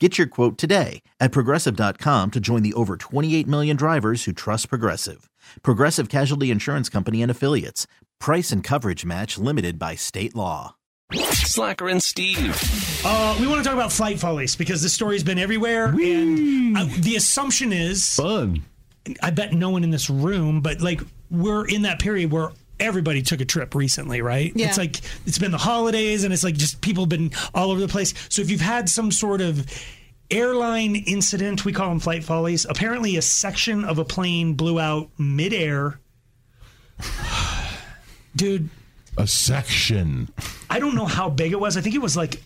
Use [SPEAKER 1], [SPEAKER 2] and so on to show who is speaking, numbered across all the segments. [SPEAKER 1] Get your quote today at progressive.com to join the over 28 million drivers who trust Progressive. Progressive Casualty Insurance Company and Affiliates. Price and coverage match limited by state law.
[SPEAKER 2] Slacker and Steve.
[SPEAKER 3] Uh, we want to talk about flight follies because this story's been everywhere, and I, the assumption is
[SPEAKER 4] Fun.
[SPEAKER 3] I bet no one in this room, but like we're in that period where everybody took a trip recently, right?
[SPEAKER 5] Yeah.
[SPEAKER 3] It's like it's been the holidays, and it's like just people have been all over the place. So if you've had some sort of airline incident, we call them flight follies. Apparently, a section of a plane blew out midair. Dude,
[SPEAKER 4] A section.
[SPEAKER 3] I don't know how big it was. I think it was like.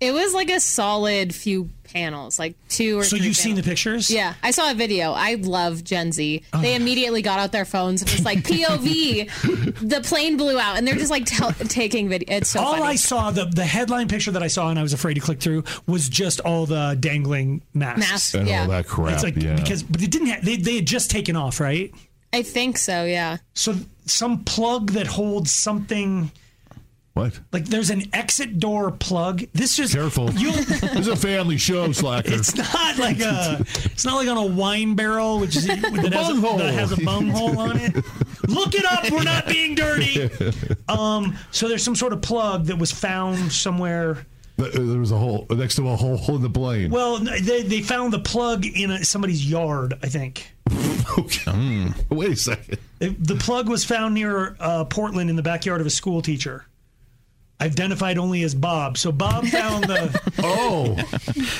[SPEAKER 5] It was like a solid few panels, like two or
[SPEAKER 3] So
[SPEAKER 5] three
[SPEAKER 3] you've seen the
[SPEAKER 5] panels.
[SPEAKER 3] pictures? Oh.
[SPEAKER 5] Yeah, I saw a video. I love Gen Z. They immediately got out their phones and was like POV. the plane blew out, and they're just like tel- taking video. It's so
[SPEAKER 3] all
[SPEAKER 5] funny.
[SPEAKER 3] I saw the the headline picture that I saw and I was afraid to click through was just all the dangling masks.
[SPEAKER 5] Mask.
[SPEAKER 4] And
[SPEAKER 5] Yeah,
[SPEAKER 4] all that crap.
[SPEAKER 3] It's like
[SPEAKER 4] yeah.
[SPEAKER 3] because but it didn't have, they they had just taken off right.
[SPEAKER 5] I think so. Yeah,
[SPEAKER 3] So some plug that holds something
[SPEAKER 4] what?
[SPEAKER 3] like there's an exit door plug. This just
[SPEAKER 4] Careful.
[SPEAKER 3] You,
[SPEAKER 4] this is a family show, Slacker.
[SPEAKER 3] it's not like a it's not like on a wine barrel which is that, has a,
[SPEAKER 4] Bunghole.
[SPEAKER 3] that has a bung hole on it. Look it up. We're not being dirty. Um. So there's some sort of plug that was found somewhere.
[SPEAKER 4] Th- there was a hole next to a hole in the plane.
[SPEAKER 3] Well, n- they, they found the plug in a, somebody's yard, I think.
[SPEAKER 4] Okay.
[SPEAKER 6] Hmm.
[SPEAKER 4] Mm. Wait a second.
[SPEAKER 3] It- the plug was found near uh, Portland in the backyard of a school teacher. Identified only as Bob. So Bob found the
[SPEAKER 4] Oh.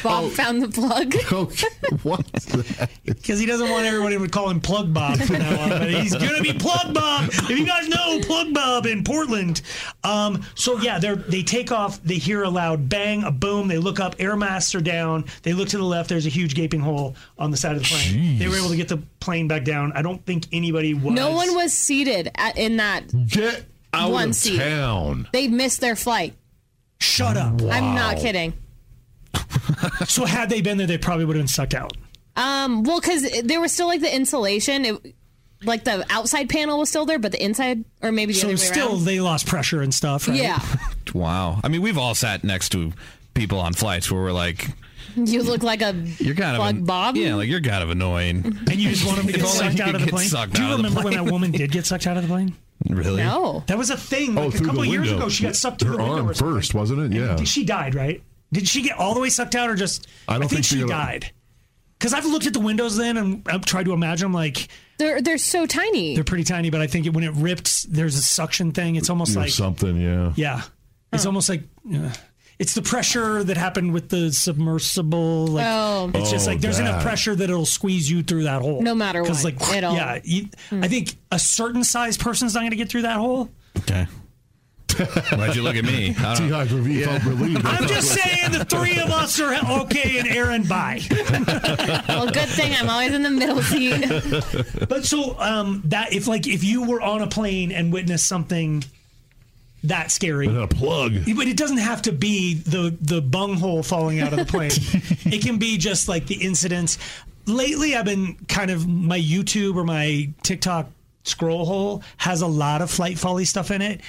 [SPEAKER 5] Bob found the plug.
[SPEAKER 4] okay. What's that?
[SPEAKER 3] because he doesn't want everybody to call him Plug Bob from now on, but he's gonna be Plug Bob. If you guys know Plug Bob in Portland, um, so yeah, they they take off. They hear a loud bang, a boom. They look up. Air masks are down. They look to the left. There's a huge gaping hole on the side of the plane. They were able to get the plane back down. I don't think anybody was.
[SPEAKER 5] No one was seated at, in that.
[SPEAKER 4] Get out
[SPEAKER 5] One
[SPEAKER 4] of
[SPEAKER 5] seat.
[SPEAKER 4] town.
[SPEAKER 5] They missed their flight.
[SPEAKER 3] Shut up.
[SPEAKER 5] I'm not kidding.
[SPEAKER 3] So had they been there, they probably would have been sucked out.
[SPEAKER 5] Um, well, because there was still like the insulation. It, like the outside panel was still there, but the inside, or maybe the
[SPEAKER 3] So
[SPEAKER 5] other way
[SPEAKER 3] still,
[SPEAKER 5] around.
[SPEAKER 3] they lost pressure and stuff. Right?
[SPEAKER 5] yeah.
[SPEAKER 6] Wow. I mean, we've all sat next to people on flights where we're like,
[SPEAKER 5] You look like a
[SPEAKER 6] you're kind
[SPEAKER 5] plug
[SPEAKER 6] of. an-
[SPEAKER 5] Bob.
[SPEAKER 6] Yeah, like you're kind of annoying.
[SPEAKER 3] and you just want them to get
[SPEAKER 6] If only
[SPEAKER 3] sucked
[SPEAKER 6] you
[SPEAKER 3] out
[SPEAKER 6] could
[SPEAKER 3] of the
[SPEAKER 6] get
[SPEAKER 3] plane.
[SPEAKER 6] sucked
[SPEAKER 3] Do you
[SPEAKER 6] out of the
[SPEAKER 3] remember when that woman did get sucked out of the plane?
[SPEAKER 6] Really?
[SPEAKER 5] no.
[SPEAKER 3] That was a thing. Like a
[SPEAKER 4] Oh, through
[SPEAKER 3] couple
[SPEAKER 4] the
[SPEAKER 3] years
[SPEAKER 4] window.
[SPEAKER 3] ago, she got sucked
[SPEAKER 4] Her
[SPEAKER 3] through the window.
[SPEAKER 4] arm
[SPEAKER 3] or something.
[SPEAKER 4] first, wasn't it?
[SPEAKER 3] And
[SPEAKER 4] Yeah.
[SPEAKER 3] she died, right? Did she get all the way sucked out, or just?
[SPEAKER 4] I don't
[SPEAKER 3] think,
[SPEAKER 4] think she
[SPEAKER 3] she
[SPEAKER 4] got-
[SPEAKER 3] died. Because I've looked at the windows then and I've tried to imagine them like
[SPEAKER 5] They're they're so tiny.
[SPEAKER 3] they're pretty tiny, but I think it, when it ripped, there's a suction thing. It's almost
[SPEAKER 4] Or
[SPEAKER 3] like
[SPEAKER 4] something, yeah.
[SPEAKER 3] yeah, it's almost like uh, it's the pressure that happened with the submersible. Like
[SPEAKER 5] Oh.
[SPEAKER 3] It's just
[SPEAKER 4] Oh,
[SPEAKER 3] like there's enough
[SPEAKER 4] that.
[SPEAKER 3] pressure that it'll squeeze you through that hole.
[SPEAKER 5] No matter
[SPEAKER 3] Because
[SPEAKER 5] what, Hmm.
[SPEAKER 3] like
[SPEAKER 5] it'll-
[SPEAKER 3] yeah, you, I think a certain size person's not going to get through that hole.
[SPEAKER 6] Okay. Why'd you look at me? I don't-
[SPEAKER 4] T-Hawk review felt relieved.
[SPEAKER 3] I'm just saying the three of us are okay and Aaron by.
[SPEAKER 5] well, good thing I'm always in the middle seat.
[SPEAKER 3] But so um, that if like if you were on a plane and witnessed something that scary.
[SPEAKER 4] And a plug.
[SPEAKER 3] But it doesn't have to be the the bunghole falling out of the plane. it can be just like the incidents. Lately, I've been kind of my YouTube or my TikTok scroll hole has a lot of flight folly stuff in it.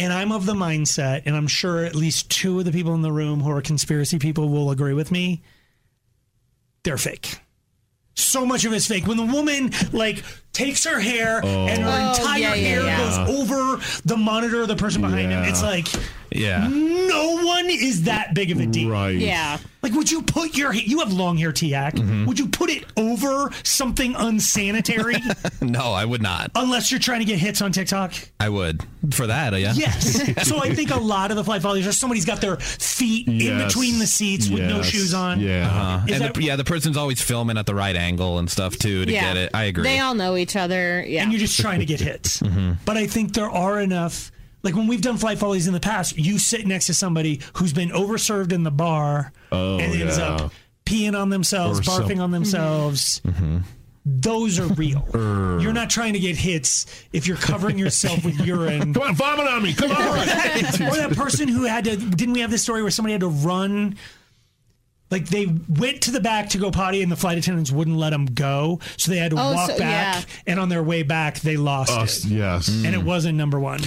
[SPEAKER 3] And I'm of the mindset, and I'm sure at least two of the people in the room who are conspiracy people will agree with me. They're fake. So much of it's fake. When the woman like takes her hair and her
[SPEAKER 5] Oh,
[SPEAKER 3] entire
[SPEAKER 5] yeah, yeah,
[SPEAKER 3] hair
[SPEAKER 5] yeah.
[SPEAKER 3] goes over the monitor, of the person behind him,
[SPEAKER 4] Yeah.
[SPEAKER 3] it's like
[SPEAKER 6] Yeah.
[SPEAKER 3] No one is that big of a deal.
[SPEAKER 4] Right.
[SPEAKER 5] Yeah.
[SPEAKER 3] Like, would you put your you have long hair, Tiak?
[SPEAKER 6] Mm-hmm.
[SPEAKER 3] Would you put it over something unsanitary?
[SPEAKER 6] No, I would not.
[SPEAKER 3] unless you're trying to get hits on TikTok.
[SPEAKER 6] I would for that. Yeah.
[SPEAKER 3] Yes. so I think a lot of the flight followers are somebody's got their feet in
[SPEAKER 4] Yes.
[SPEAKER 3] between the seats with no
[SPEAKER 4] Yes.
[SPEAKER 3] shoes on. Uh-huh.
[SPEAKER 4] Yeah.
[SPEAKER 5] Uh-huh.
[SPEAKER 6] Uh,
[SPEAKER 3] Is
[SPEAKER 6] and
[SPEAKER 3] that-
[SPEAKER 6] the, yeah, the person's always filming at the right angle and stuff too to
[SPEAKER 5] yeah.
[SPEAKER 6] get it. I agree.
[SPEAKER 5] They all know each other. Yeah.
[SPEAKER 3] and you're just trying to get hits.
[SPEAKER 4] Mm-hmm.
[SPEAKER 3] But I think there are enough. Like when we've done flight follies in the past, you sit next to somebody who's been overserved in the bar and ends
[SPEAKER 4] Oh, yeah.
[SPEAKER 3] up peeing on themselves,
[SPEAKER 4] Or some-
[SPEAKER 3] barfing on themselves.
[SPEAKER 6] Mm-hmm.
[SPEAKER 3] Those are real. you're not trying to get hits if you're covering yourself with urine.
[SPEAKER 4] Come on, vomit on me. Come on.
[SPEAKER 3] or that person who had to didn't we have this story where somebody had to run like they went to the back to go potty and the flight attendants wouldn't let them go so they had to
[SPEAKER 5] Oh,
[SPEAKER 3] walk
[SPEAKER 5] so-
[SPEAKER 3] back
[SPEAKER 5] yeah.
[SPEAKER 3] and on their way back they lost
[SPEAKER 4] Us,
[SPEAKER 3] it
[SPEAKER 4] yes. Mm.
[SPEAKER 3] and it wasn't number one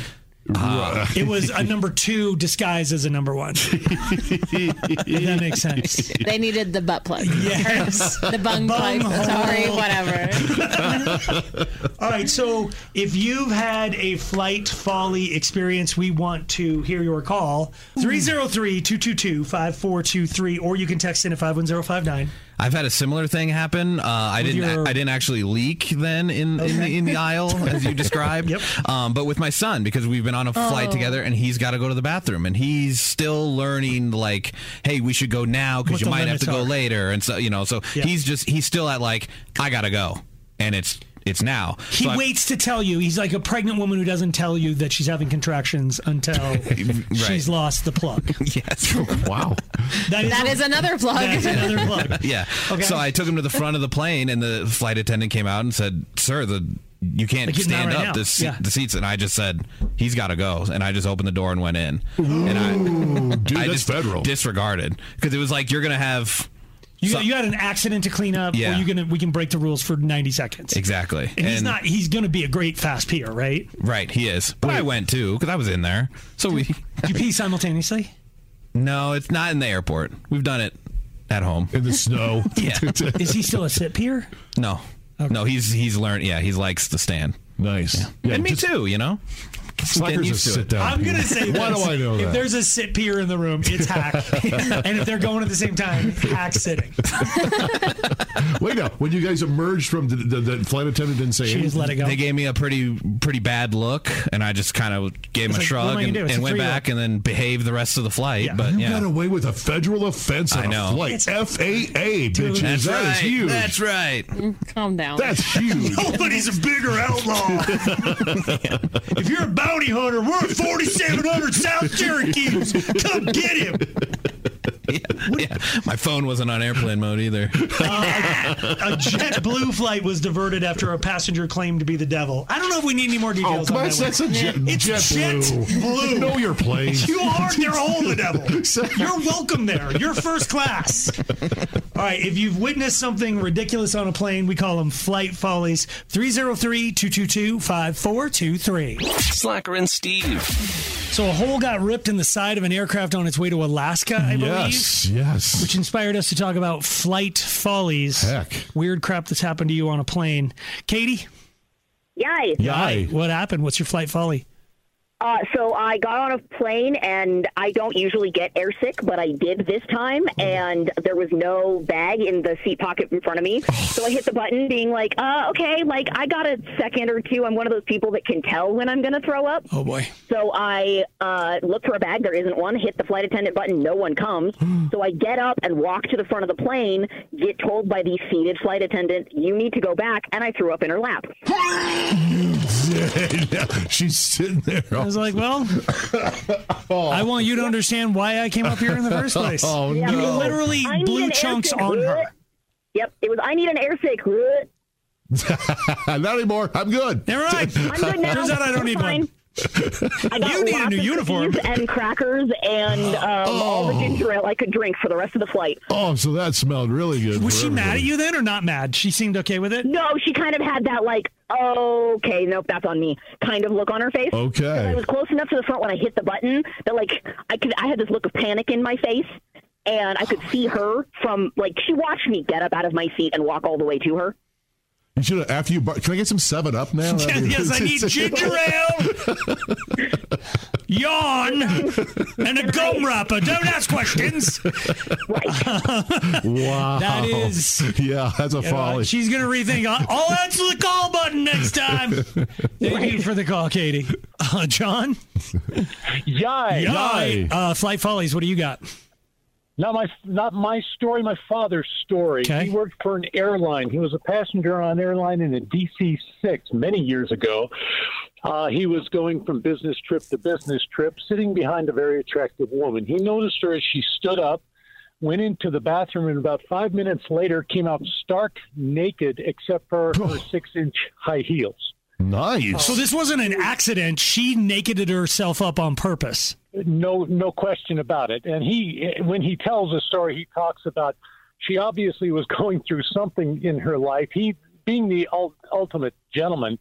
[SPEAKER 3] it was a number two disguised as a number one if that makes sense
[SPEAKER 5] they needed the butt plug.
[SPEAKER 3] yes
[SPEAKER 5] The bung
[SPEAKER 3] Bung
[SPEAKER 5] plug.
[SPEAKER 3] hole.
[SPEAKER 5] Sorry, whatever.
[SPEAKER 3] All right, so if you've had a flight folly experience, we want to hear your call 303 222 5423, or you can text in at 51059.
[SPEAKER 6] I've had a similar thing happen. Uh, I didn't.
[SPEAKER 3] your-
[SPEAKER 6] I didn't actually leak then in in, the, in the aisle as you described.
[SPEAKER 3] Yep. Oh.
[SPEAKER 6] Um, but with my son because we've been on a flight together and he's got to go to the bathroom and he's still learning like, hey, we should go now
[SPEAKER 3] What
[SPEAKER 6] because you
[SPEAKER 3] the
[SPEAKER 6] might have to go
[SPEAKER 3] limits are.
[SPEAKER 6] later and so you know. So
[SPEAKER 3] Yeah.
[SPEAKER 6] he's just he's still at like I gotta go and it's it's now.
[SPEAKER 3] He
[SPEAKER 6] So I-
[SPEAKER 3] waits to tell you. He's like a pregnant woman who doesn't tell you that she's having contractions until she's lost the plug.
[SPEAKER 6] Yes.
[SPEAKER 4] Wow.
[SPEAKER 3] That is,
[SPEAKER 5] That is another plug.
[SPEAKER 3] that's another plug.
[SPEAKER 6] Yeah.
[SPEAKER 3] Okay.
[SPEAKER 6] So I took him to the front of the plane, and the flight attendant came out and said, "Sir, the you can't
[SPEAKER 3] Like, he's not
[SPEAKER 6] stand
[SPEAKER 3] right
[SPEAKER 6] up.
[SPEAKER 3] now.
[SPEAKER 6] The, se-
[SPEAKER 3] Yeah.
[SPEAKER 6] the seats." And I just said, "He's got to go." And I just opened the door and went in, and I,
[SPEAKER 4] Dude,
[SPEAKER 6] I
[SPEAKER 4] that's
[SPEAKER 6] just
[SPEAKER 4] federal.
[SPEAKER 6] disregarded because it was like you're gonna have
[SPEAKER 3] You,
[SPEAKER 6] So-
[SPEAKER 3] you had an accident to clean up,
[SPEAKER 6] Yeah.
[SPEAKER 3] or you gonna we can break the rules for 90 seconds.
[SPEAKER 6] exactly.
[SPEAKER 3] And, he's not. He's going to be a great fast peer, right?
[SPEAKER 6] right. He is, but I went too because I was in there. So we
[SPEAKER 3] You pee simultaneously.
[SPEAKER 6] no, it's not in the airport. We've done it at home.
[SPEAKER 4] In the snow.
[SPEAKER 6] Yeah.
[SPEAKER 3] Is he still a sit peer?
[SPEAKER 6] No, no, he's he's learned. Yeah, he likes to stand.
[SPEAKER 4] Nice. Yeah.
[SPEAKER 6] and me
[SPEAKER 4] just-
[SPEAKER 6] too, you know. Getting
[SPEAKER 4] Slackers
[SPEAKER 6] used
[SPEAKER 4] just
[SPEAKER 6] to it.
[SPEAKER 4] sit down.
[SPEAKER 3] I'm gonna say
[SPEAKER 4] Why
[SPEAKER 3] this.
[SPEAKER 4] do I know
[SPEAKER 3] If
[SPEAKER 4] that?
[SPEAKER 3] there's a sit peer in the room, it's hack. and if they're going at the same time, it's hack sitting.
[SPEAKER 4] Wait now. When you guys emerged from the, the, the flight attendant didn't say
[SPEAKER 3] She just
[SPEAKER 4] anything.
[SPEAKER 3] let it go.
[SPEAKER 6] They gave me a pretty pretty bad look, and I just kind of gave him
[SPEAKER 3] It's
[SPEAKER 6] a
[SPEAKER 3] like, what am
[SPEAKER 6] shrug
[SPEAKER 3] I gonna
[SPEAKER 6] and,
[SPEAKER 3] do? It's
[SPEAKER 6] and
[SPEAKER 3] a
[SPEAKER 6] went
[SPEAKER 3] three-year-old.
[SPEAKER 6] back, and then behaved the rest of the flight.
[SPEAKER 3] Yeah.
[SPEAKER 6] But
[SPEAKER 4] You
[SPEAKER 6] yeah,
[SPEAKER 4] got away with a federal offense on
[SPEAKER 6] I know.
[SPEAKER 4] a flight. FAA, bitches. That
[SPEAKER 6] that's
[SPEAKER 4] is
[SPEAKER 6] right.
[SPEAKER 4] huge.
[SPEAKER 6] That's right.
[SPEAKER 5] Mm, Calm down.
[SPEAKER 4] That's huge.
[SPEAKER 3] Nobody's a bigger outlaw. if you're a bounty hunter, we're at 4700 South Cherokees. Come get him.
[SPEAKER 6] Yeah. My phone wasn't on airplane mode either.
[SPEAKER 3] Uh, A JetBlue flight was diverted after a passenger claimed to be the devil. I don't know if we need any more
[SPEAKER 4] Oh,
[SPEAKER 3] details
[SPEAKER 4] come
[SPEAKER 3] on
[SPEAKER 4] on.
[SPEAKER 3] that. one.
[SPEAKER 4] That's a jet,
[SPEAKER 3] It's
[SPEAKER 4] jet, blue.
[SPEAKER 3] JetBlue.
[SPEAKER 4] Know your plane.
[SPEAKER 3] You are. They're all the devil. You're welcome there. You're first class. All right. If you've witnessed something ridiculous on a plane, we call them flight follies. 303 222 5423.
[SPEAKER 2] Slacker and Steve.
[SPEAKER 3] So a hole got ripped in the side of an aircraft on its way to Alaska, I
[SPEAKER 4] yes.
[SPEAKER 3] believe.
[SPEAKER 4] Yes.
[SPEAKER 3] Which inspired us to talk about flight follies.
[SPEAKER 4] Heck.
[SPEAKER 3] Weird crap that's happened to you on a plane. Katie,
[SPEAKER 7] Yay.
[SPEAKER 4] Yay.
[SPEAKER 3] what happened? What's your flight folly?
[SPEAKER 7] Uh, so I got on a plane, and I don't usually get airsick, but I did this time,
[SPEAKER 3] Mm-hmm.
[SPEAKER 7] and there was no bag in the seat pocket in front of me. So I hit the button, being like, uh, okay, like I got a second or two. I'm one of those people that can tell when I'm going to throw up.
[SPEAKER 3] Oh, boy.
[SPEAKER 7] So I uh, look for a bag. There isn't one. Hit the flight attendant button. No one comes.
[SPEAKER 3] Hmm.
[SPEAKER 7] so I get up and walk to the front of the plane, get told by the seated flight attendant, you need to go back, and I threw up in her lap.
[SPEAKER 4] She's sitting there.
[SPEAKER 3] I was like, well, I want you to understand why I came up here in the first place.
[SPEAKER 4] Oh,
[SPEAKER 7] Yeah.
[SPEAKER 3] You
[SPEAKER 7] No.
[SPEAKER 3] literally
[SPEAKER 7] I need
[SPEAKER 3] blew
[SPEAKER 7] an
[SPEAKER 3] chunks
[SPEAKER 7] airstick.
[SPEAKER 3] on her.
[SPEAKER 7] Yep, it was. I need an airstick.
[SPEAKER 4] Not anymore. I'm good.
[SPEAKER 3] Never mind.
[SPEAKER 7] I'm good now.
[SPEAKER 3] Turns out I don't
[SPEAKER 7] I'm
[SPEAKER 3] need
[SPEAKER 7] fine.
[SPEAKER 3] one.
[SPEAKER 7] I got
[SPEAKER 3] You need a
[SPEAKER 7] lots
[SPEAKER 3] new
[SPEAKER 7] of
[SPEAKER 3] uniform.
[SPEAKER 7] cookies And crackers and um, all the ginger ale I could drink for the rest of the flight.
[SPEAKER 4] Oh, so that smelled really good.
[SPEAKER 3] Was
[SPEAKER 4] for
[SPEAKER 3] she mad at
[SPEAKER 4] everybody.
[SPEAKER 3] you then or not mad? She seemed okay with it.
[SPEAKER 7] No, she kind of had that like, okay, nope, that's on me, kind of look on her face.
[SPEAKER 4] Okay.
[SPEAKER 7] I was close enough to the front when I hit the button that like I could. I had this look of panic in my face, and I could see her from like she watched me get up out of my seat and walk all the way to her.
[SPEAKER 4] You should have, after you, bar- can I get some 7 Up now?
[SPEAKER 3] yes, I need ginger ale, yawn, and a gum wrapper. Don't ask questions.
[SPEAKER 4] Wow.
[SPEAKER 3] That is-
[SPEAKER 4] Yeah, that's a folly.
[SPEAKER 3] She's going to rethink. I'll, I'll answer the call button next time. Thank you for the call, Katie. Uh, John?
[SPEAKER 8] Yay!
[SPEAKER 3] Hi. Uh, Flight Follies, what do you got?
[SPEAKER 8] Not my not my story, my father's story.
[SPEAKER 3] Okay.
[SPEAKER 8] He worked for an airline. He was a passenger on an airline in a DC six many years ago. Uh, he was going from business trip to business trip, sitting behind a very attractive woman. He noticed her as she stood up, went into the bathroom, and about five minutes later came out stark naked, except for
[SPEAKER 3] Oh.
[SPEAKER 8] her six inch high heels.
[SPEAKER 4] nice.
[SPEAKER 3] Uh, So this wasn't an accident. She nakeded herself up on purpose.
[SPEAKER 8] no no question about it and he when he tells the story he talks about she obviously was going through something in her life he being the ul- ultimate gentleman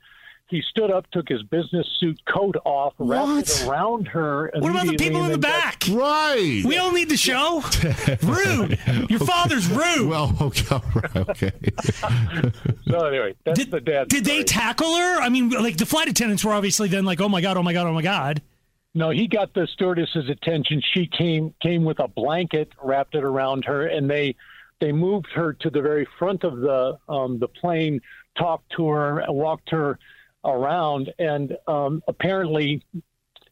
[SPEAKER 8] he stood up took his business suit coat off wrapped
[SPEAKER 4] What?
[SPEAKER 8] it around her
[SPEAKER 3] What about the
[SPEAKER 8] immediately,
[SPEAKER 3] people in
[SPEAKER 8] and
[SPEAKER 3] the
[SPEAKER 8] then got-
[SPEAKER 3] back?
[SPEAKER 4] right.
[SPEAKER 3] We don't need the show. Rude. Your father's rude.
[SPEAKER 4] well, okay. all right, okay.
[SPEAKER 8] so anyway that's
[SPEAKER 3] did,
[SPEAKER 8] the dad
[SPEAKER 3] did they
[SPEAKER 8] story.
[SPEAKER 3] tackle her? I mean, like the flight attendants were obviously then like, oh my god, oh my god, oh my god.
[SPEAKER 8] no Oh, he got the stewardess's attention she came came with a blanket wrapped it around her and they they moved her to the very front of the um, the plane, talked to her, walked her around, and um, apparently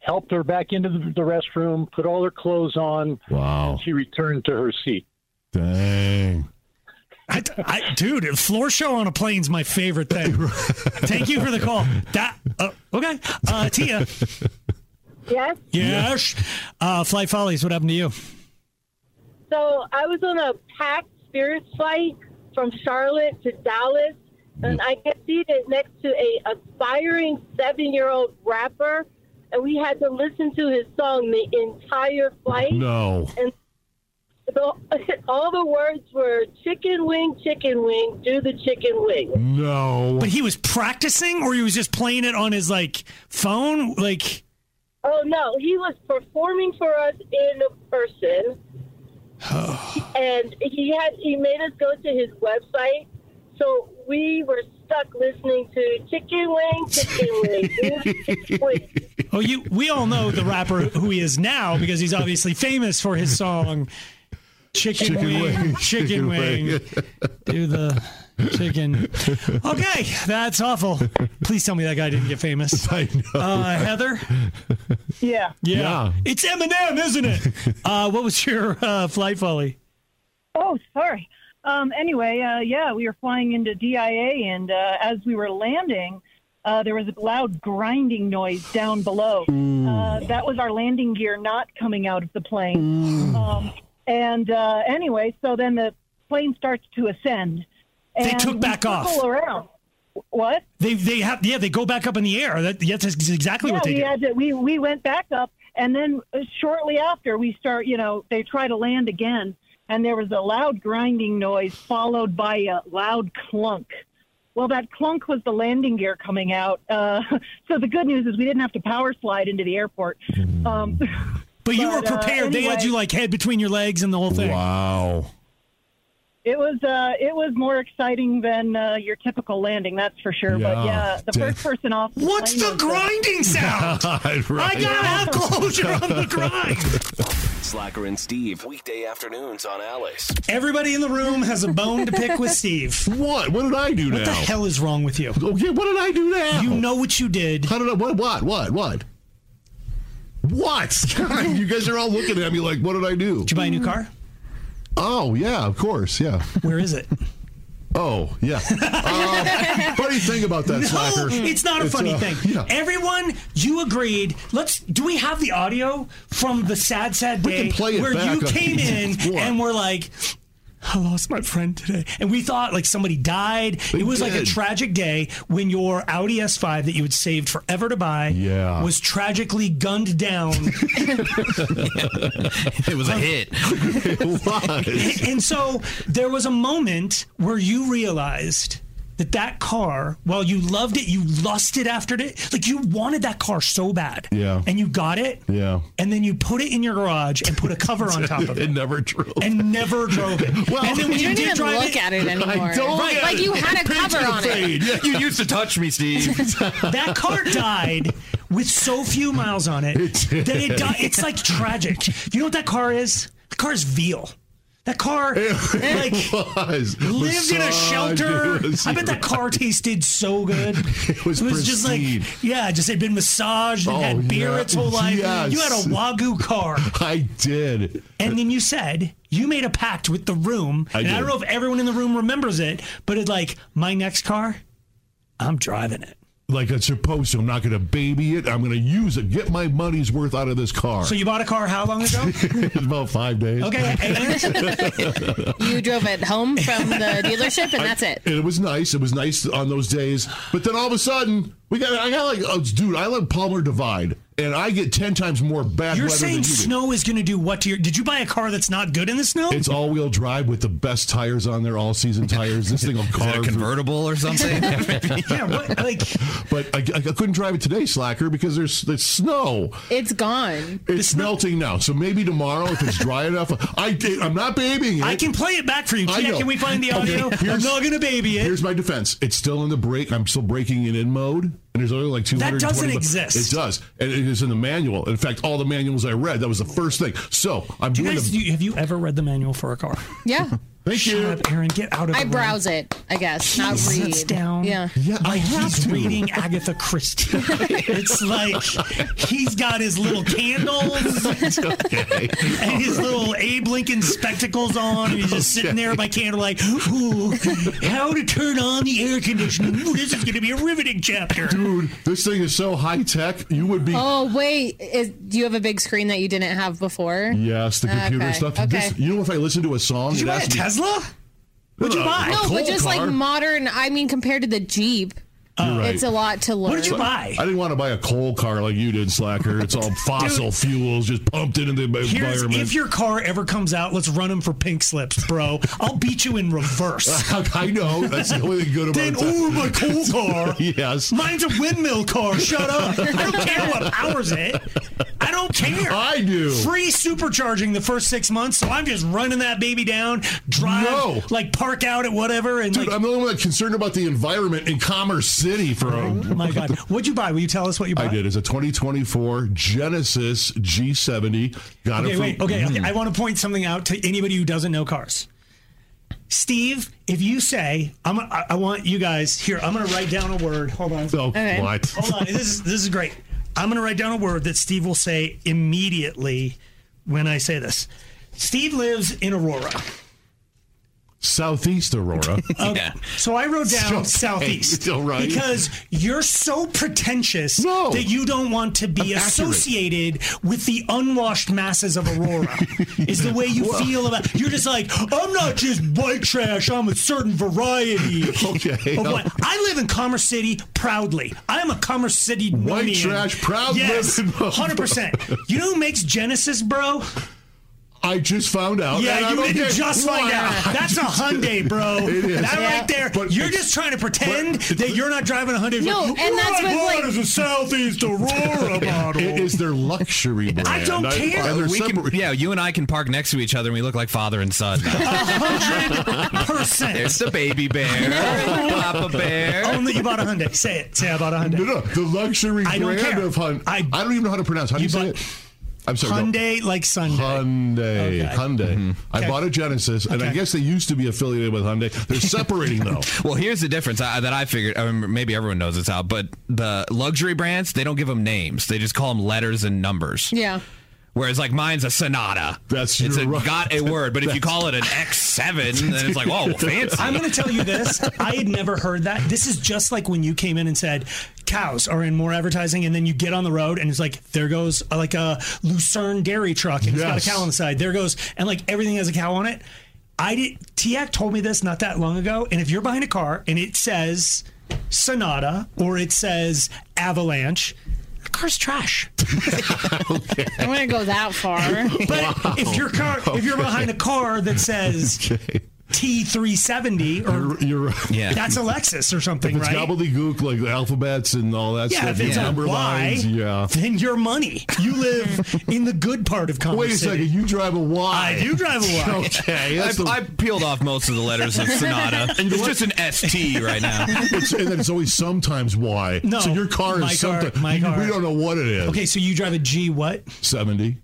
[SPEAKER 8] helped her back into the, the restroom, put all her clothes on.
[SPEAKER 4] Wow.
[SPEAKER 8] She returned to her seat.
[SPEAKER 4] Dang.
[SPEAKER 3] I, I, dude, a floor show on a plane's my favorite thing. Thank you for the call. That uh, okay, uh, Tia.
[SPEAKER 9] Yes.
[SPEAKER 3] Yes. Uh, Flight Follies, what happened to you?
[SPEAKER 9] So I was on a packed Spirit flight from Charlotte to Dallas, and I got seated next to a aspiring seven-year-old rapper, and we had to listen to his song the entire flight.
[SPEAKER 4] No.
[SPEAKER 9] The, all the words were "chicken wing, chicken wing, do the chicken wing."
[SPEAKER 4] No.
[SPEAKER 3] But he was practicing, or he was just playing it on his like phone, like.
[SPEAKER 9] Oh no, he was performing for us in person, and he had he made us go to his website, so we were stuck listening to chicken wing, chicken wing, chicken wing.
[SPEAKER 3] Oh, you. We all know the rapper who he is now because he's obviously famous for his song, "Chicken, wing, Chicken Wing." Do the chicken. Okay, that's awful. Please tell me that guy didn't get famous.
[SPEAKER 4] I know.
[SPEAKER 3] Uh, Heather.
[SPEAKER 9] Yeah.
[SPEAKER 3] Yeah.
[SPEAKER 4] Yeah.
[SPEAKER 3] it's Eminem, isn't it? uh, what was your uh, flight folly?
[SPEAKER 9] Oh, sorry. Um, anyway, uh, yeah, we were flying into DIA, and uh, as we were landing, uh, there was a loud grinding noise down below.
[SPEAKER 3] Mm.
[SPEAKER 9] Uh, that was our landing gear not coming out of the
[SPEAKER 3] Mm.
[SPEAKER 9] plane. Um, and uh, anyway, so then the plane starts to ascend.
[SPEAKER 3] They
[SPEAKER 9] and
[SPEAKER 3] took
[SPEAKER 9] we
[SPEAKER 3] back off.
[SPEAKER 9] circle Around. What?
[SPEAKER 3] They they have yeah they go back up in the air. That yeah, that's exactly
[SPEAKER 9] yeah,
[SPEAKER 3] what they
[SPEAKER 9] we
[SPEAKER 3] do.
[SPEAKER 9] had to, we we went back up, and then uh, shortly after we start, you know, they try to land again, and there was a loud grinding noise followed by a loud clunk. Well, that clunk was the landing gear coming out. Uh, so the good news is we didn't have to power slide into the airport. Um,
[SPEAKER 3] Hmm. but you were
[SPEAKER 9] but, uh,
[SPEAKER 3] prepared. They had
[SPEAKER 9] anyway.
[SPEAKER 3] you like head between your legs and the whole thing.
[SPEAKER 4] Wow.
[SPEAKER 9] it was uh, it was more exciting than uh, your typical landing, that's for sure.
[SPEAKER 4] Yeah.
[SPEAKER 9] But yeah, the first person off. the
[SPEAKER 3] What's
[SPEAKER 9] plane
[SPEAKER 3] the
[SPEAKER 9] was, uh,
[SPEAKER 3] grinding sound? I
[SPEAKER 4] right.
[SPEAKER 3] gotta have closure on the grind.
[SPEAKER 10] Slacker and Steve, weekday afternoons on Alice.
[SPEAKER 3] Everybody in the room has a bone to pick with Steve.
[SPEAKER 4] What? What did I do
[SPEAKER 3] What
[SPEAKER 4] now?
[SPEAKER 3] the hell is wrong with you?
[SPEAKER 4] Okay, what did I do now?
[SPEAKER 3] You know what you did.
[SPEAKER 4] How did I? What? What? What? What? What? God, you guys are all looking at me like, what did I do?
[SPEAKER 3] Did you buy a new car?
[SPEAKER 4] Oh yeah, of course, yeah.
[SPEAKER 3] Where is it?
[SPEAKER 4] Oh yeah. Um, funny thing about that slacker.
[SPEAKER 3] it's not a funny
[SPEAKER 4] uh,
[SPEAKER 3] thing.
[SPEAKER 4] Yeah.
[SPEAKER 3] Everyone, you agreed. Let's. Do we have the audio from the sad, sad
[SPEAKER 4] We
[SPEAKER 3] day
[SPEAKER 4] can play it
[SPEAKER 3] where
[SPEAKER 4] back uh,
[SPEAKER 3] you
[SPEAKER 4] on
[SPEAKER 3] came in
[SPEAKER 4] PS4.
[SPEAKER 3] and were like, "I lost my friend today," and we thought like somebody died.
[SPEAKER 4] We
[SPEAKER 3] it was like a
[SPEAKER 4] did.
[SPEAKER 3] tragic day when your Audi S5 that you had saved forever to buy
[SPEAKER 4] Yeah.
[SPEAKER 3] was tragically gunned down.
[SPEAKER 6] It was a
[SPEAKER 3] Uh,
[SPEAKER 6] hit.
[SPEAKER 4] It was.
[SPEAKER 3] and so there was a moment where you realized that that car, while you loved it, you lusted after it. Like you wanted that car so bad.
[SPEAKER 4] Yeah.
[SPEAKER 3] And you got it.
[SPEAKER 4] Yeah.
[SPEAKER 3] And then you put it in your garage and put a cover on top of it.
[SPEAKER 4] It never drove.
[SPEAKER 3] And never drove it.
[SPEAKER 4] Well,
[SPEAKER 3] and then when
[SPEAKER 5] you
[SPEAKER 3] you,
[SPEAKER 5] don't
[SPEAKER 3] did
[SPEAKER 5] even
[SPEAKER 3] drive
[SPEAKER 5] look
[SPEAKER 3] it,
[SPEAKER 5] at it anymore.
[SPEAKER 4] don't
[SPEAKER 5] right,
[SPEAKER 4] get
[SPEAKER 5] like
[SPEAKER 4] it.
[SPEAKER 5] you had a cover
[SPEAKER 4] Picture
[SPEAKER 5] on it.
[SPEAKER 4] fade. Yeah.
[SPEAKER 6] You used to touch me, Steve.
[SPEAKER 3] that car died with so few miles on it
[SPEAKER 4] It
[SPEAKER 3] that it died. It's like tragic. You know what that car is? The car is veal. That car, like.
[SPEAKER 4] was. It was
[SPEAKER 3] Lived in a
[SPEAKER 4] so-
[SPEAKER 3] shelter.
[SPEAKER 4] it was-
[SPEAKER 3] I bet that car tasted so good. It
[SPEAKER 4] was
[SPEAKER 3] just like,
[SPEAKER 4] pristine.
[SPEAKER 3] yeah, just had been massaged and
[SPEAKER 4] Oh,
[SPEAKER 3] had beer
[SPEAKER 4] yeah.
[SPEAKER 3] its whole life.
[SPEAKER 4] Yes.
[SPEAKER 3] You had a wagyu car,
[SPEAKER 4] I did.
[SPEAKER 3] and then you said you made a pact with the room.
[SPEAKER 4] I
[SPEAKER 3] and I
[SPEAKER 4] did.
[SPEAKER 3] don't know if everyone in the room remembers it, but it's like my next car, I'm driving it.
[SPEAKER 4] Like it's supposed to. I'm not going to baby it. I'm going to use it. Get my money's worth out of this car.
[SPEAKER 3] So you bought a car how long ago?
[SPEAKER 4] about five days.
[SPEAKER 3] Okay, and-
[SPEAKER 5] You drove it home from the dealership, and that's it.
[SPEAKER 4] And it was nice. It was nice on those days. But then all of a sudden, we got. I got like, oh, dude, I live Palmer Divide, and I get ten times more bad
[SPEAKER 3] You're
[SPEAKER 4] weather than
[SPEAKER 3] saying
[SPEAKER 4] you do.
[SPEAKER 3] snow is going to do what to your? Did you buy a car that's not good in the snow?
[SPEAKER 4] It's all-wheel drive with the best tires on there, all-season tires. This thing will
[SPEAKER 6] Is it a
[SPEAKER 4] carve.
[SPEAKER 6] convertible or something?
[SPEAKER 3] yeah, what, like
[SPEAKER 4] But I, I couldn't drive it today, slacker, because there's there's snow.
[SPEAKER 5] It's gone.
[SPEAKER 4] It's melting now. So maybe tomorrow, if it's dry enough, I did- I'm not babying it.
[SPEAKER 3] I can play it back for you.
[SPEAKER 4] I
[SPEAKER 3] Can,
[SPEAKER 4] know.
[SPEAKER 3] can we find the
[SPEAKER 4] Okay,
[SPEAKER 3] audio? I'm
[SPEAKER 4] here's-
[SPEAKER 3] not going to baby it.
[SPEAKER 4] Here's my defense. It's still in the break. I'm still breaking it in mode, and there's only like 200.
[SPEAKER 3] That doesn't exist.
[SPEAKER 4] It does, and it is in the manual. In fact, all the manuals I read, that was the first thing. So I'm
[SPEAKER 3] Do you
[SPEAKER 4] doing
[SPEAKER 3] guys,
[SPEAKER 4] the.
[SPEAKER 3] do you- have you ever read the manual for a car?
[SPEAKER 5] Yeah.
[SPEAKER 4] thank
[SPEAKER 3] Shut
[SPEAKER 4] you.
[SPEAKER 3] up, Aaron. Get out of
[SPEAKER 5] I
[SPEAKER 3] the
[SPEAKER 5] browse it, I guess. Not read.
[SPEAKER 3] Sits down.
[SPEAKER 5] Yeah.
[SPEAKER 4] Yeah, I
[SPEAKER 3] Like
[SPEAKER 4] have
[SPEAKER 3] he's
[SPEAKER 4] to.
[SPEAKER 3] reading Agatha Christie. it's like he's got his little candles
[SPEAKER 4] Okay.
[SPEAKER 3] and his little Abe Lincoln spectacles on, and he's just sitting there by candlelight. Ooh, how to turn on the air conditioning? Ooh, this is going to be a riveting chapter.
[SPEAKER 4] Dude, this thing is so high tech. You would be.
[SPEAKER 5] Oh wait, is, do you have a big screen that you didn't have before?
[SPEAKER 4] Yes, the computer
[SPEAKER 5] Okay,
[SPEAKER 4] stuff.
[SPEAKER 5] okay.
[SPEAKER 4] This, you know, if I listen to a song,
[SPEAKER 3] Did you
[SPEAKER 4] it
[SPEAKER 3] buy
[SPEAKER 4] has
[SPEAKER 3] a
[SPEAKER 4] to be-
[SPEAKER 3] Tesla? What'd you
[SPEAKER 4] Uh,
[SPEAKER 3] buy?
[SPEAKER 4] a
[SPEAKER 5] No,
[SPEAKER 4] coal
[SPEAKER 5] but just
[SPEAKER 4] car.
[SPEAKER 5] like modern. I mean, compared to the Jeep,
[SPEAKER 4] You're right.
[SPEAKER 5] it's a lot to learn.
[SPEAKER 3] What did you buy?
[SPEAKER 4] I didn't want to buy a coal car like you did, Slacker. It's all fossil fuels just pumped into the
[SPEAKER 3] Here's,
[SPEAKER 4] environment.
[SPEAKER 3] if your car ever comes out, let's run him for pink slips, bro. I'll beat you in reverse.
[SPEAKER 4] I know. That's the only thing good
[SPEAKER 3] then,
[SPEAKER 4] about it.
[SPEAKER 3] ooh, my cool car.
[SPEAKER 4] Yes.
[SPEAKER 3] Mine's a windmill car. Shut up. I don't care what powers it. I don't care.
[SPEAKER 4] I do.
[SPEAKER 3] Free supercharging the first six months, so I'm just running that baby down, drive,
[SPEAKER 4] No.
[SPEAKER 3] like park out at whatever, and
[SPEAKER 4] Dude,
[SPEAKER 3] like,
[SPEAKER 4] I'm the only one that's concerned about the environment in Commerce City for a,
[SPEAKER 3] oh my god, what'd you buy? Will you tell us what you
[SPEAKER 4] I
[SPEAKER 3] bought?
[SPEAKER 4] did. It's a 2024 Genesis G70. Got it
[SPEAKER 3] Okay,
[SPEAKER 4] from.
[SPEAKER 3] wait. Okay, okay. I want to point something out to anybody who doesn't know cars. Steve, if you say, I'm, gonna- I, I want you guys here. I'm going to write down a word. Hold on.
[SPEAKER 4] Oh,
[SPEAKER 5] Okay.
[SPEAKER 4] what?
[SPEAKER 3] Hold on. This is this is great. I'm going to write down a word that Steve will say immediately when I say this. Steve lives in Aurora.
[SPEAKER 4] Mm. Southeast Aurora.
[SPEAKER 6] Yeah.
[SPEAKER 3] So I wrote down
[SPEAKER 4] Okay,
[SPEAKER 3] Southeast
[SPEAKER 4] all right.
[SPEAKER 3] because you're so pretentious
[SPEAKER 4] No.
[SPEAKER 3] that you don't want to be
[SPEAKER 4] I'm accurate.
[SPEAKER 3] associated with the unwashed masses of Aurora. is the way you feel about. You're just like I'm not just white trash. I'm a certain variety.
[SPEAKER 4] Okay.
[SPEAKER 3] Of what- I live in Commerce City proudly. I am a Commerce City
[SPEAKER 4] White
[SPEAKER 3] Nonian.
[SPEAKER 4] trash, proud
[SPEAKER 3] Yes,
[SPEAKER 4] living motherfucker.
[SPEAKER 3] hundred percent. You know who makes Genesis, bro?
[SPEAKER 4] I just found out. and
[SPEAKER 3] Yeah,
[SPEAKER 4] I'm
[SPEAKER 3] you didn't
[SPEAKER 4] okay.
[SPEAKER 3] just
[SPEAKER 4] Why
[SPEAKER 3] find out.
[SPEAKER 4] not?
[SPEAKER 3] That's a Hyundai, bro.
[SPEAKER 4] It is.
[SPEAKER 3] That
[SPEAKER 5] Yeah.
[SPEAKER 3] right there.
[SPEAKER 4] But
[SPEAKER 3] you're
[SPEAKER 4] it's-
[SPEAKER 3] just trying to pretend that you're not driving a Hyundai.
[SPEAKER 5] No, and that's
[SPEAKER 3] what
[SPEAKER 5] what's like-
[SPEAKER 3] is a Southeast Aurora model.
[SPEAKER 4] It is their luxury brand.
[SPEAKER 3] don't care.
[SPEAKER 4] and they're
[SPEAKER 6] We can-
[SPEAKER 4] separate-
[SPEAKER 6] yeah, you and I can park next to each other and we look like father and son.
[SPEAKER 3] hundred
[SPEAKER 6] There's
[SPEAKER 3] percent.
[SPEAKER 6] the baby bear, Papa Bear.
[SPEAKER 3] Only you bought a Hyundai. Say it. Say I bought a
[SPEAKER 4] No,
[SPEAKER 3] Hyundai.
[SPEAKER 4] no, the luxury
[SPEAKER 3] I don't
[SPEAKER 4] brand
[SPEAKER 3] care.
[SPEAKER 4] of Hyundai. I,
[SPEAKER 3] I-
[SPEAKER 4] don't even know how to pronounce. How do you,
[SPEAKER 3] You
[SPEAKER 4] say
[SPEAKER 3] bought-
[SPEAKER 4] it? I'm sorry. no.
[SPEAKER 3] Hyundai like Sunday.
[SPEAKER 4] Hyundai.
[SPEAKER 3] Okay. Mm-hmm.
[SPEAKER 4] Hyundai. I
[SPEAKER 3] Okay.
[SPEAKER 4] bought a Genesis, and I
[SPEAKER 3] Okay.
[SPEAKER 4] guess they used to be affiliated with Hyundai. They're separating though.
[SPEAKER 6] Well, here's the difference I, that I figured. I mean, maybe everyone knows this out, but the luxury brands they don't give them names; they just call them letters and numbers.
[SPEAKER 5] Yeah.
[SPEAKER 6] Whereas, like mine's a Sonata.
[SPEAKER 4] That's-
[SPEAKER 6] it's
[SPEAKER 4] you're
[SPEAKER 6] a,
[SPEAKER 4] right.
[SPEAKER 6] got a word, but if you call it an X7, then it's like, oh, fancy.
[SPEAKER 3] I'm going to tell you this. I had never heard that. This is just like when you came in and said cows are in more advertising, and then you get on the road and it's like there goes uh, like a Lucerne dairy truck and it's
[SPEAKER 4] Yes.
[SPEAKER 3] got a cow on the side. There goes and like everything has a cow on it. I did. TAC told me this not that long ago. And if you're behind a car and it says Sonata or it says Avalanche, the car's trash.
[SPEAKER 5] I'm gonna go that far.
[SPEAKER 3] But if your car, if you're behind a car that says T370 or
[SPEAKER 4] you're
[SPEAKER 6] Yeah.
[SPEAKER 3] that's a Lexus or something,
[SPEAKER 4] If it's
[SPEAKER 3] right?
[SPEAKER 4] gobbledygook, like the alphabets and all that
[SPEAKER 3] Yeah,
[SPEAKER 4] stuff,
[SPEAKER 3] if it's
[SPEAKER 4] and
[SPEAKER 3] a
[SPEAKER 4] number
[SPEAKER 3] Y,
[SPEAKER 4] lines, yeah.
[SPEAKER 3] then your money. You live in the good part of Commerce
[SPEAKER 4] Wait a
[SPEAKER 3] City.
[SPEAKER 4] second, you drive a Y.
[SPEAKER 3] I do drive a Y.
[SPEAKER 4] okay,
[SPEAKER 6] I,
[SPEAKER 4] that's the-
[SPEAKER 6] I peeled off most of the letters of Sonata. It's just an ST right now.
[SPEAKER 4] it's, and then it's always sometimes Y.
[SPEAKER 3] E No,
[SPEAKER 4] so your car
[SPEAKER 3] my
[SPEAKER 4] is
[SPEAKER 3] car-
[SPEAKER 4] sometimes.
[SPEAKER 3] my car.
[SPEAKER 4] We don't know what it is.
[SPEAKER 3] Okay, so you drive a G what?
[SPEAKER 4] seventy.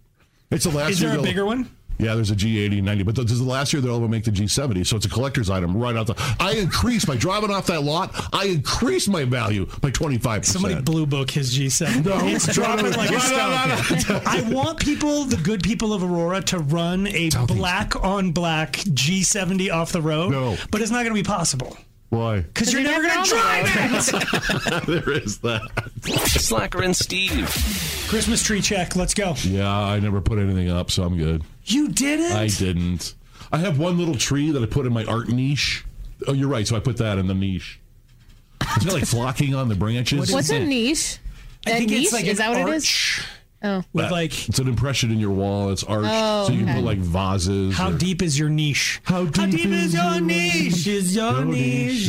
[SPEAKER 4] It's the last
[SPEAKER 3] Is
[SPEAKER 4] year.
[SPEAKER 3] there a
[SPEAKER 4] they'll-
[SPEAKER 3] bigger one?
[SPEAKER 4] Yeah, there's a G80 and 90, but this is the last year they'll ever make the G70, so it's a collector's item right out the. I increased by driving off that lot. I increased my value by 25. percent
[SPEAKER 3] Somebody blue book his G7.
[SPEAKER 4] No,
[SPEAKER 3] it's
[SPEAKER 4] no,
[SPEAKER 3] dropping
[SPEAKER 4] no,
[SPEAKER 3] like
[SPEAKER 4] no,
[SPEAKER 3] a
[SPEAKER 4] no,
[SPEAKER 3] stone. I want people, the good people of Aurora, to run a black on black G70 off the road,
[SPEAKER 4] No.
[SPEAKER 3] but it's not going to be possible
[SPEAKER 4] Why?
[SPEAKER 3] because you're never going to drive it.
[SPEAKER 4] there is that.
[SPEAKER 2] Slacker and Steve.
[SPEAKER 3] Christmas tree check. Let's go.
[SPEAKER 4] Yeah, I never put anything up, so I'm good.
[SPEAKER 3] You did it.
[SPEAKER 4] I didn't. I have one little tree that I put in my art niche. Oh, you're right. So I put that in the niche. It's got like flocking on the branches.
[SPEAKER 5] What's a niche? A niche? is that what it is?
[SPEAKER 3] Oh, with like
[SPEAKER 4] It's an impression in your wall. It's arched,
[SPEAKER 5] Oh,
[SPEAKER 4] so you can
[SPEAKER 5] okay.
[SPEAKER 4] put like vases.
[SPEAKER 3] how
[SPEAKER 4] or-
[SPEAKER 3] deep is your niche?
[SPEAKER 4] How deep
[SPEAKER 3] is,
[SPEAKER 4] is
[SPEAKER 3] your
[SPEAKER 4] your
[SPEAKER 3] niche?
[SPEAKER 4] niche?
[SPEAKER 3] Is your
[SPEAKER 4] Your
[SPEAKER 3] niche?
[SPEAKER 4] niche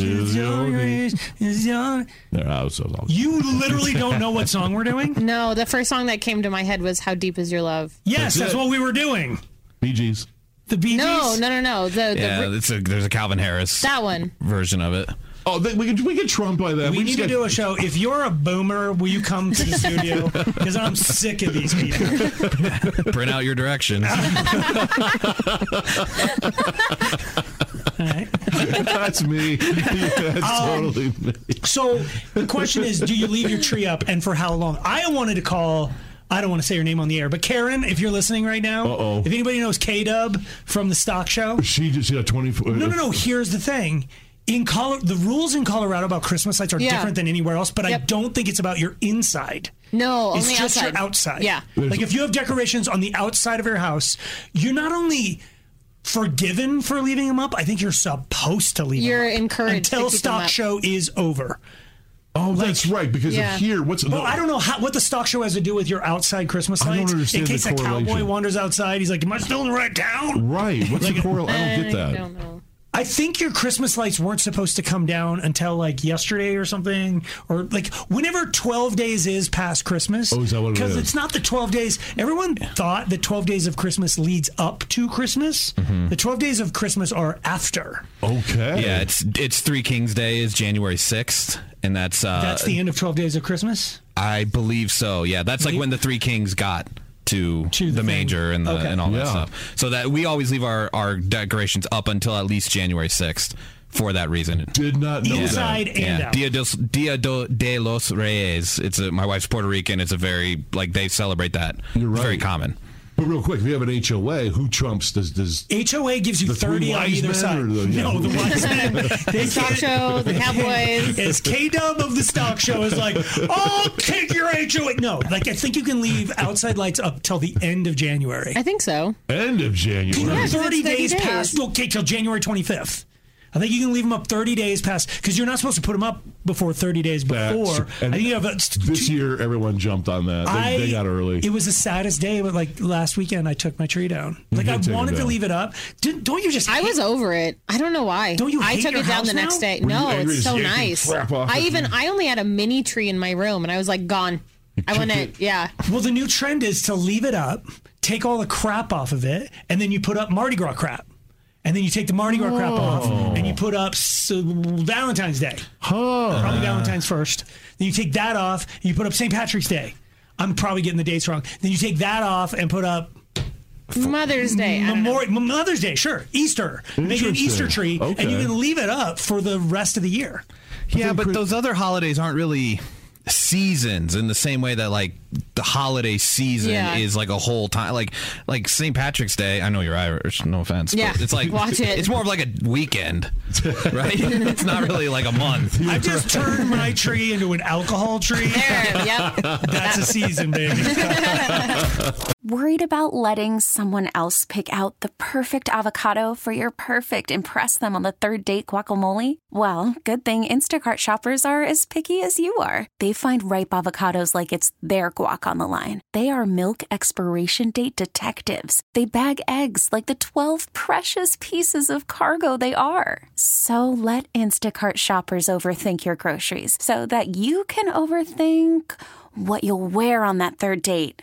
[SPEAKER 3] Is
[SPEAKER 4] is
[SPEAKER 3] your
[SPEAKER 4] your
[SPEAKER 3] niche? Is your
[SPEAKER 4] There, I was- I was-
[SPEAKER 3] You literally don't know what song we're doing?
[SPEAKER 5] No, the first song that came to my head was "How Deep Is Your Love."
[SPEAKER 3] Yes,
[SPEAKER 4] That's
[SPEAKER 3] that's
[SPEAKER 4] it.
[SPEAKER 3] what we were doing.
[SPEAKER 4] Bee Gees.
[SPEAKER 3] The Bee Gees.
[SPEAKER 5] No, no, no, no. Uh, The, the
[SPEAKER 6] Yeah, it's a, there's a Calvin Harris
[SPEAKER 5] that one.
[SPEAKER 6] version of it.
[SPEAKER 4] Oh, they, we could we could trump by that.
[SPEAKER 3] We
[SPEAKER 4] just
[SPEAKER 3] need to
[SPEAKER 4] got-
[SPEAKER 3] do a show. If you're a boomer, will you come to the studio? Because I'm sick of these people.
[SPEAKER 6] Print out your directions.
[SPEAKER 3] All right.
[SPEAKER 4] That's me. Yeah, that's totally me.
[SPEAKER 3] Um, So the question is, do you leave your tree up, and for how long? I wanted to call. I don't want to say your name on the air, but Karen, if you're listening right now,
[SPEAKER 4] Uh-oh.
[SPEAKER 3] if anybody knows K Dub from the Stock Show,
[SPEAKER 4] She just yeah twenty four. uh,
[SPEAKER 3] No, no, no. Here's the thing. In Colo- the rules in Colorado about Christmas lights are
[SPEAKER 5] Yeah.
[SPEAKER 3] different than anywhere else, but I
[SPEAKER 5] Yep.
[SPEAKER 3] don't think it's about your inside.
[SPEAKER 5] No,
[SPEAKER 3] it's
[SPEAKER 5] only
[SPEAKER 3] just
[SPEAKER 5] Oh, outside.
[SPEAKER 3] your outside.
[SPEAKER 5] Yeah.
[SPEAKER 3] like if you have decorations on the outside of your house, you're not only forgiven for leaving them up. I think you're supposed to leave. 'em
[SPEAKER 5] You're
[SPEAKER 3] up
[SPEAKER 5] encouraged to
[SPEAKER 3] until
[SPEAKER 5] keep 'em
[SPEAKER 3] stock
[SPEAKER 5] up.
[SPEAKER 3] show is over.
[SPEAKER 4] Oh, that's right. Because
[SPEAKER 5] Yeah.
[SPEAKER 4] of here, what's
[SPEAKER 3] Well, I don't know how, what the stock show has to do with your outside Christmas
[SPEAKER 4] I don't
[SPEAKER 3] lights.
[SPEAKER 4] understand
[SPEAKER 3] in
[SPEAKER 4] the
[SPEAKER 3] case a cowboy
[SPEAKER 4] correlation.
[SPEAKER 3] wanders outside, he's like, "Am I still in the right town?"
[SPEAKER 4] Right. What's the correlation? I don't get
[SPEAKER 5] I
[SPEAKER 4] that.
[SPEAKER 5] don't know.
[SPEAKER 3] I think your Christmas lights weren't supposed to come down until like yesterday or something, or like whenever 12 days is past Christmas.
[SPEAKER 4] Oh, is that what it
[SPEAKER 3] Because
[SPEAKER 4] is?
[SPEAKER 3] it's not the 12 days. Everyone thought the 12 days of Christmas leads up to Christmas.
[SPEAKER 4] Mm-hmm.
[SPEAKER 3] The 12 days of Christmas are after.
[SPEAKER 4] Okay.
[SPEAKER 6] Yeah, it's it's Three Kings Day is January sixth, and that's uh,
[SPEAKER 3] That's the end of 12 days of Christmas.
[SPEAKER 6] I believe so. Yeah, that's like when the Three Kings got to,
[SPEAKER 3] To the
[SPEAKER 6] the
[SPEAKER 3] thing.
[SPEAKER 6] manger and the
[SPEAKER 3] Okay.
[SPEAKER 6] and all that
[SPEAKER 4] Yeah.
[SPEAKER 6] stuff. So that we always leave our our decorations up until at least January sixth for that reason.
[SPEAKER 4] Did not know
[SPEAKER 3] Inside
[SPEAKER 4] that.
[SPEAKER 3] and
[SPEAKER 6] Yeah,
[SPEAKER 3] out.
[SPEAKER 6] Dia, dos, Dia do, de los Reyes. It's a, my wife's Puerto Rican. It's a very like they celebrate that.
[SPEAKER 4] You're
[SPEAKER 6] It's very
[SPEAKER 4] right.
[SPEAKER 6] common.
[SPEAKER 4] But real quick, if you have an HOA, who trumps? Does does
[SPEAKER 3] HOA gives you
[SPEAKER 4] The three
[SPEAKER 3] 30 on
[SPEAKER 4] wise
[SPEAKER 3] either
[SPEAKER 4] men
[SPEAKER 3] side.
[SPEAKER 4] or the-
[SPEAKER 3] no, the
[SPEAKER 4] yeah.
[SPEAKER 3] wise men. They
[SPEAKER 5] Stock
[SPEAKER 3] can't-
[SPEAKER 5] show, the Cowboys.
[SPEAKER 3] It's K Dub of the Stock Show is like, oh, kick your HOA. No, like I think you can leave outside lights up till the end of January.
[SPEAKER 5] I think so.
[SPEAKER 4] end of January?
[SPEAKER 5] Yeah. 'cause it's
[SPEAKER 3] 30 days,
[SPEAKER 5] 30 days.
[SPEAKER 3] past, okay, till January 25th. I think you can leave them up 30 days past because you're not supposed to put them up before 30 days
[SPEAKER 4] That's-
[SPEAKER 3] before. I
[SPEAKER 4] and
[SPEAKER 3] think you have a,
[SPEAKER 4] This year, everyone jumped on that. They,
[SPEAKER 3] I,
[SPEAKER 4] they got early.
[SPEAKER 3] It was the saddest day, but like last weekend, I took my tree down. Like
[SPEAKER 4] did
[SPEAKER 3] I
[SPEAKER 4] take it
[SPEAKER 3] wanted to
[SPEAKER 4] down.
[SPEAKER 3] leave it up. Did, don't you just?
[SPEAKER 5] I
[SPEAKER 3] hate-
[SPEAKER 5] was over it. I don't know why.
[SPEAKER 3] Don't you
[SPEAKER 5] I
[SPEAKER 3] hate
[SPEAKER 5] took
[SPEAKER 3] your
[SPEAKER 5] it down
[SPEAKER 3] house
[SPEAKER 5] the next
[SPEAKER 3] now?
[SPEAKER 5] day.
[SPEAKER 4] Were you
[SPEAKER 5] No,
[SPEAKER 4] angry
[SPEAKER 5] it's
[SPEAKER 4] as
[SPEAKER 5] so
[SPEAKER 4] you can
[SPEAKER 5] nice.
[SPEAKER 4] crap off
[SPEAKER 5] I
[SPEAKER 4] of
[SPEAKER 5] even
[SPEAKER 4] me?
[SPEAKER 5] I only had a mini tree in my room, and I was like, gone. I want to. Yeah.
[SPEAKER 3] Well, the new trend is to leave it up, take all the crap off of it, and then you put up Mardi Gras crap. And then you take the Mardi Gras crap off and you put up s- Valentine's Day. Probably Valentine's first. Then you take that off and you put up St. Patrick's Day. I'm probably getting the dates wrong. Then you take that off and put up
[SPEAKER 5] Mother's Day. I don't know.
[SPEAKER 3] Memorial Mother's Day, sure, Easter. Make an Easter
[SPEAKER 4] Interesting.
[SPEAKER 3] tree and
[SPEAKER 4] Okay.
[SPEAKER 3] you can leave it up for the rest of the year.
[SPEAKER 6] Yeah, but those other holidays aren't really seasons in the same way that like the holiday season
[SPEAKER 5] Yeah.
[SPEAKER 6] is like a whole time like like St. Patrick's Day. I know you're Irish, no offense.
[SPEAKER 5] Yeah,
[SPEAKER 6] but it's like
[SPEAKER 5] watch it.
[SPEAKER 6] It's more of like a weekend, right? it's not really like a month.
[SPEAKER 3] I just turned my tree into an alcohol tree.
[SPEAKER 5] There. Yep.
[SPEAKER 3] That's a season, baby.
[SPEAKER 11] Worried about letting someone else pick out the perfect avocado for your perfect impress them on the third date guacamole? Well, good thing Instacart shoppers are as picky as you are. They find ripe avocados like it's their guac on the line. They are milk expiration date detectives. They bag eggs like the 12 precious pieces of cargo they are. So let Instacart shoppers overthink your groceries so that you can overthink what you'll wear on that third date.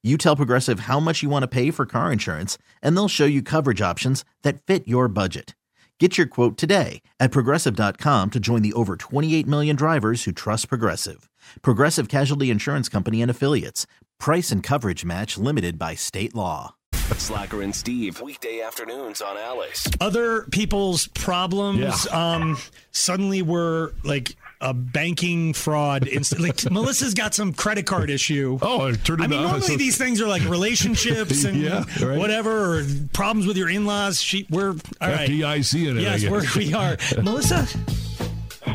[SPEAKER 1] You tell Progressive how much you want to pay for car insurance, and they'll show you coverage options that fit your budget. Get your quote today at progressive.com to join the over 28 million drivers who trust Progressive. Progressive Casualty Insurance Company and Affiliates. Price and coverage match limited by state law.
[SPEAKER 2] Slacker and Steve, weekday afternoons on Alice.
[SPEAKER 3] other people's problems um suddenly were like a banking fraud inst- like melissa's got some credit card issue
[SPEAKER 4] oh i turned it
[SPEAKER 3] i mean
[SPEAKER 4] on.
[SPEAKER 3] normally these things are like relationships and
[SPEAKER 4] Yeah, right.
[SPEAKER 3] whatever or problems with your in-laws she we're all right
[SPEAKER 4] FDIC in it, I
[SPEAKER 3] yes
[SPEAKER 4] guess.
[SPEAKER 3] we're, we are melissa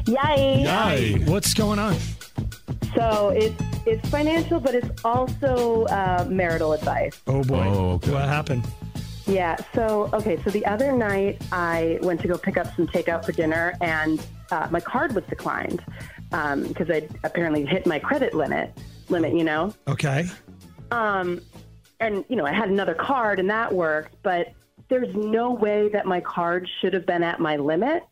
[SPEAKER 12] Yay.
[SPEAKER 3] hi what's going on
[SPEAKER 12] So it's it's financial, but it's also uh, marital advice.
[SPEAKER 3] oh boy what happened
[SPEAKER 12] Yeah. So okay. So the other night, I went to go pick up some takeout for dinner, and uh, my card was declined because I apparently hit my credit limit. Limit, you know.
[SPEAKER 3] okay
[SPEAKER 12] Um, and you know, I had another card, and that worked. But there's no way that my card should have been at my limit.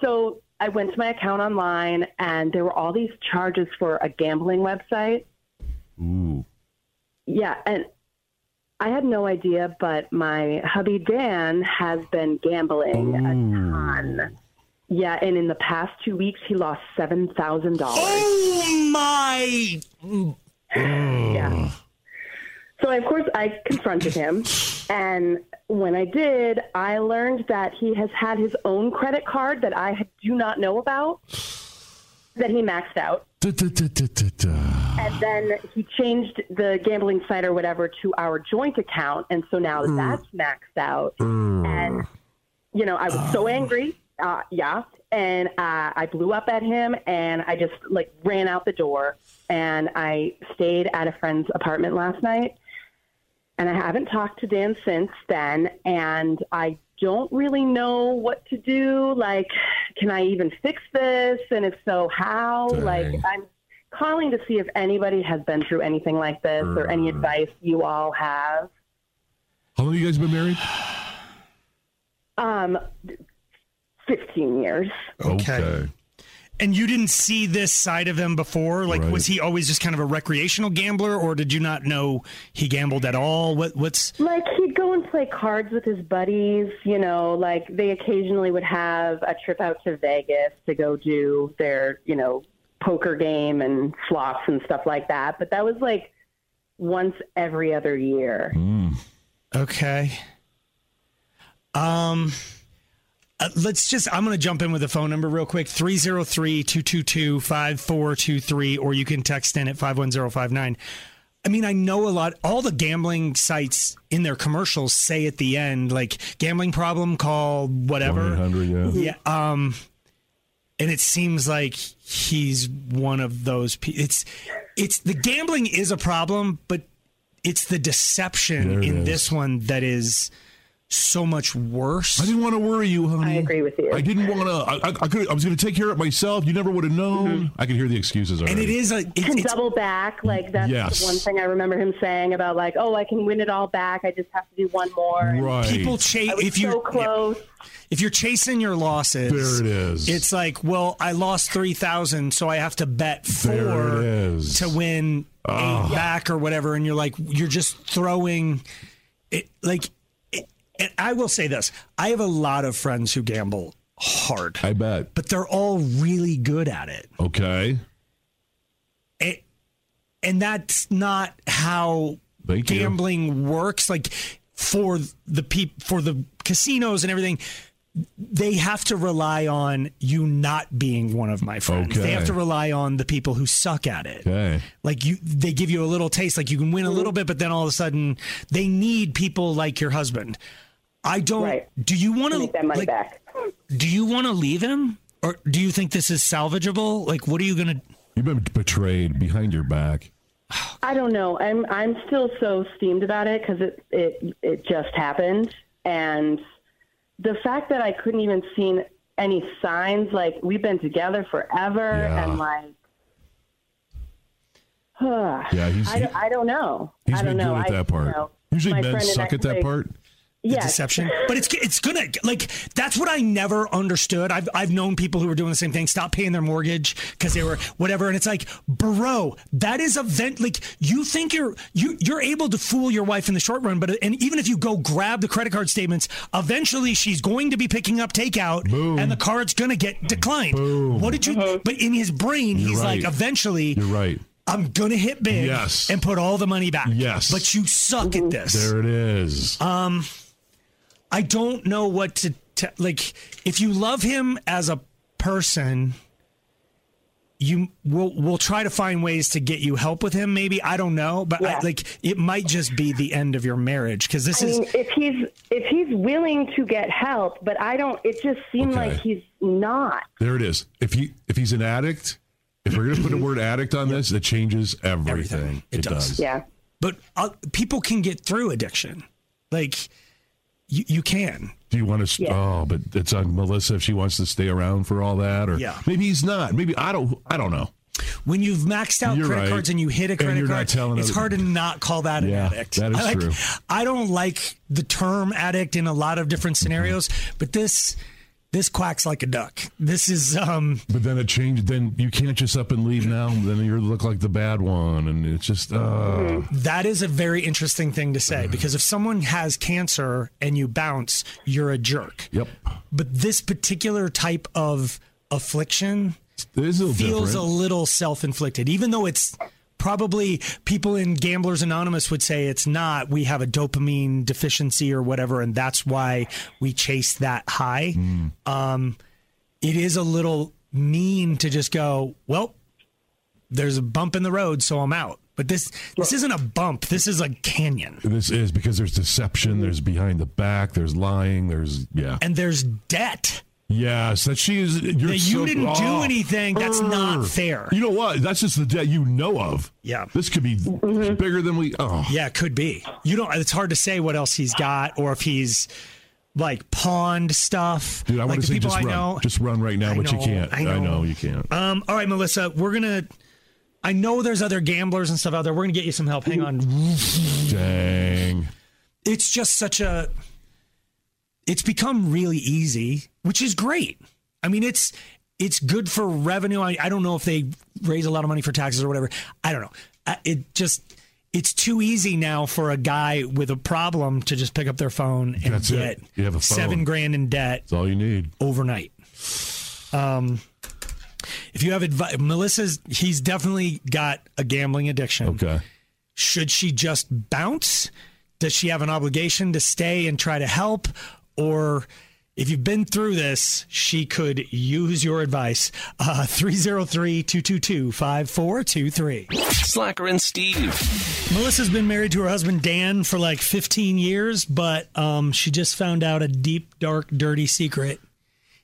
[SPEAKER 12] So I went to my account online, and there were all these charges for a gambling website.
[SPEAKER 4] Ooh.
[SPEAKER 12] Yeah, and I had no idea, but my hubby Dan has been gambling a ton. Yeah, and in the past two weeks, he lost seven thousand dollars.
[SPEAKER 3] oh my
[SPEAKER 12] Yeah. So of course I confronted him, and when I did, I learned that he has had his own credit card that I do not know about that he maxed out,
[SPEAKER 4] Da-da-da-da-da-da.
[SPEAKER 12] and then he changed the gambling site or whatever to our joint account, and so now
[SPEAKER 4] Mm.
[SPEAKER 12] that's maxed out. And you know, I was so angry. Uh, yeah. And uh, I blew up at him and I just like ran out the door. And I stayed at a friend's apartment last night. And I haven't talked to Dan since then. And I don't really know what to do. Like, can I even fix this? And if so, how?
[SPEAKER 4] Dang.
[SPEAKER 12] Like, I'm calling to see if anybody has been through anything like this or any advice you all have.
[SPEAKER 4] How long have you guys been married?
[SPEAKER 12] Um, 15 years.
[SPEAKER 3] Okay. and you didn't see this side of him before like was he always just kind of a recreational gambler or did you not know he gambled at all what what's
[SPEAKER 12] Like he'd go and play cards with his buddies, you know, like they occasionally would have a trip out to Vegas to go do their, you know, poker game and slots and stuff like that. But that was like once every other year.
[SPEAKER 3] Mm. Okay. Um uh, let's just I'm going to jump in with a phone number real quick 303-222-5423 or you can text in at 51059. I mean, I know a lot all the gambling sites in their commercials say at the end like gambling problem call whatever.
[SPEAKER 4] 100, yeah.
[SPEAKER 3] Yeah, um and it seems like he's one of those pe- it's it's the gambling is a problem, but it's the deception
[SPEAKER 4] There it
[SPEAKER 3] in
[SPEAKER 4] is.
[SPEAKER 3] this one that is so much worse. I
[SPEAKER 4] didn't want to worry you, honey.
[SPEAKER 3] I
[SPEAKER 12] agree with you.
[SPEAKER 4] I didn't want to. I, I, I could. I was going to take care of it myself. You never would have known. I can hear the excuses already.
[SPEAKER 3] And it is like
[SPEAKER 12] can double back. Like that's
[SPEAKER 4] Yes.
[SPEAKER 12] the one thing I remember him saying about like, oh, I can win it all back. I just have to do one more. And
[SPEAKER 4] Right.
[SPEAKER 3] People chase
[SPEAKER 12] I was
[SPEAKER 3] if you
[SPEAKER 12] so close.
[SPEAKER 3] if you're chasing your losses.
[SPEAKER 4] There it is.
[SPEAKER 3] It's like, well, I lost three thousand, so I have to bet
[SPEAKER 4] There
[SPEAKER 3] four
[SPEAKER 4] it is.
[SPEAKER 3] to win
[SPEAKER 4] Ah.
[SPEAKER 3] eight back or whatever, and you're like, you're just throwing it. Like, it, and I will say this: I have a lot of friends who gamble hard.
[SPEAKER 4] I bet,
[SPEAKER 3] but they're all really good at it.
[SPEAKER 4] okay.
[SPEAKER 3] it and that's not how
[SPEAKER 4] Thank you.
[SPEAKER 3] gambling works like for the peop- for the casinos and everything they have to rely on you not being one of my friends they have
[SPEAKER 4] Okay.
[SPEAKER 3] to rely on the people who suck at it
[SPEAKER 4] Okay.
[SPEAKER 3] like you they give you a little taste like you can win a little bit but then all of a sudden they need people like your husband i don't do you want to make that money
[SPEAKER 12] back
[SPEAKER 3] do you want to leave him or do you think this is salvageable like what are you gonna
[SPEAKER 4] You've been betrayed behind your back.
[SPEAKER 12] I don't know. I'm I'm still so steamed about it because it it it just happened, and the fact that I couldn't even see any signs. Like we've been together forever,
[SPEAKER 4] Yeah.
[SPEAKER 12] and like. Huh.
[SPEAKER 4] Yeah, he's-
[SPEAKER 12] I, don't, I don't know.
[SPEAKER 4] He's
[SPEAKER 12] I don't
[SPEAKER 4] been
[SPEAKER 12] know.
[SPEAKER 4] good at
[SPEAKER 12] I-
[SPEAKER 4] that part.
[SPEAKER 12] you know,
[SPEAKER 4] Usually
[SPEAKER 12] my
[SPEAKER 4] men
[SPEAKER 12] friend and
[SPEAKER 4] suck
[SPEAKER 12] I
[SPEAKER 4] at that
[SPEAKER 12] think-
[SPEAKER 4] part.
[SPEAKER 3] the
[SPEAKER 12] Yes.
[SPEAKER 3] deception. But it's it's gonna like that's what I never understood. I've I've known people who were doing the same thing, stop paying their mortgage because they were whatever, and it's like, bro, that is a vent. Like you think you're you you're able to fool your wife in the short run, but and even if you go grab the credit card statements, eventually she's going to be picking up takeout, and the card's gonna get declined. What did you?
[SPEAKER 12] Mm-hmm.
[SPEAKER 3] But in his brain,
[SPEAKER 4] You're
[SPEAKER 3] he's
[SPEAKER 4] right.
[SPEAKER 3] like, eventually,
[SPEAKER 4] You're right.
[SPEAKER 3] I'm gonna hit big,
[SPEAKER 4] Yes.
[SPEAKER 3] and put all the money back,
[SPEAKER 4] Yes.
[SPEAKER 3] But you suck at this.
[SPEAKER 4] There it is.
[SPEAKER 3] Um, I don't know what to te- like. If you love him as a person, you will will try to find ways to get you help with him. Maybe I don't know, but I,
[SPEAKER 12] Yeah.
[SPEAKER 3] like it might just be the end of your marriage because this
[SPEAKER 12] I
[SPEAKER 3] is
[SPEAKER 12] mean, if he's if he's willing to get help, but I don't. It just seemed
[SPEAKER 4] Okay.
[SPEAKER 12] like he's not.
[SPEAKER 4] There it is. If he if he's an addict, if we're gonna put a word addict on this, that changes everything. It, does.
[SPEAKER 12] Yeah.
[SPEAKER 3] But uh, people can get through addiction. Like you, you can.
[SPEAKER 4] Do you want to? St- Oh, but it's on Melissa if she wants to stay around for all that, or
[SPEAKER 3] Yeah.
[SPEAKER 4] maybe he's not. Maybe I don't. I don't know.
[SPEAKER 3] When you've maxed out
[SPEAKER 4] You're
[SPEAKER 3] credit
[SPEAKER 4] right.
[SPEAKER 3] cards and you hit a
[SPEAKER 4] And
[SPEAKER 3] credit
[SPEAKER 4] you're not
[SPEAKER 3] card,
[SPEAKER 4] telling
[SPEAKER 3] it's
[SPEAKER 4] other-
[SPEAKER 3] hard to not call that an
[SPEAKER 4] Yeah,
[SPEAKER 3] addict.
[SPEAKER 4] that is
[SPEAKER 3] I like,
[SPEAKER 4] true.
[SPEAKER 3] I don't like the term addict in a lot of different scenarios, but this this quacks like a duck. This is um
[SPEAKER 4] But then it changed. Then you can't just up and leave now. Then you look like the bad one, and it's just. Uh,
[SPEAKER 3] Mm-hmm. that is a very interesting thing to
[SPEAKER 4] Mm-hmm.
[SPEAKER 3] say because if someone has cancer and you bounce, you're a jerk.
[SPEAKER 4] Yep.
[SPEAKER 3] But this particular type of affliction
[SPEAKER 4] feels
[SPEAKER 3] a
[SPEAKER 4] different.
[SPEAKER 3] little self-inflicted, even though it's probably people in Gamblers Anonymous would say it's not. We have a dopamine deficiency or whatever, and that's why we chase that high. Um, it is a little mean to just go, well, there's a bump in the road, so I'm out. But this this isn't a bump. This is a canyon.
[SPEAKER 4] This is because there's deception. There's behind the back. There's lying. There's yeah.
[SPEAKER 3] And there's debt.
[SPEAKER 4] Yes, that she is. You're
[SPEAKER 3] That you
[SPEAKER 4] so,
[SPEAKER 3] didn't do
[SPEAKER 4] oh,
[SPEAKER 3] anything, that's not fair.
[SPEAKER 4] You know what? That's just the debt you know of.
[SPEAKER 3] Yeah.
[SPEAKER 4] This could be bigger than we. Oh,
[SPEAKER 3] Mm-hmm. Yeah, it could be. You don't. It's hard to say what else he's got, or if he's like pawned stuff.
[SPEAKER 4] dude, I
[SPEAKER 3] like
[SPEAKER 4] want
[SPEAKER 3] the
[SPEAKER 4] to say
[SPEAKER 3] people
[SPEAKER 4] just
[SPEAKER 3] I
[SPEAKER 4] run,
[SPEAKER 3] know.
[SPEAKER 4] just run right now,
[SPEAKER 3] I
[SPEAKER 4] but you
[SPEAKER 3] know,
[SPEAKER 4] can't.
[SPEAKER 3] I know.
[SPEAKER 4] you can't.
[SPEAKER 3] Um. All right, Melissa, we're gonna. I know there's other gamblers and stuff out there. We're gonna get you some help. Hang on.
[SPEAKER 4] Dang.
[SPEAKER 3] It's just such a. It's become really easy, which is great. I mean, it's it's good for revenue. I, I don't know if they raise a lot of money for taxes or whatever. I don't know. I, it just it's too easy now for a guy with a problem to just pick up their phone and
[SPEAKER 4] That's it.
[SPEAKER 3] get
[SPEAKER 4] You have a phone.
[SPEAKER 3] seven grand in debt. That's
[SPEAKER 4] all you need
[SPEAKER 3] overnight. Um, if you have advice, Melissa's he's definitely got a gambling addiction.
[SPEAKER 4] Okay.
[SPEAKER 3] Should she just bounce? Does she have an obligation to stay and try to help? Or if you've been through this, she could use your advice. Uh, 303 222 5423.
[SPEAKER 2] Slacker and Steve.
[SPEAKER 3] Melissa's been married to her husband Dan for like 15 years, but um, she just found out a deep, dark, dirty secret.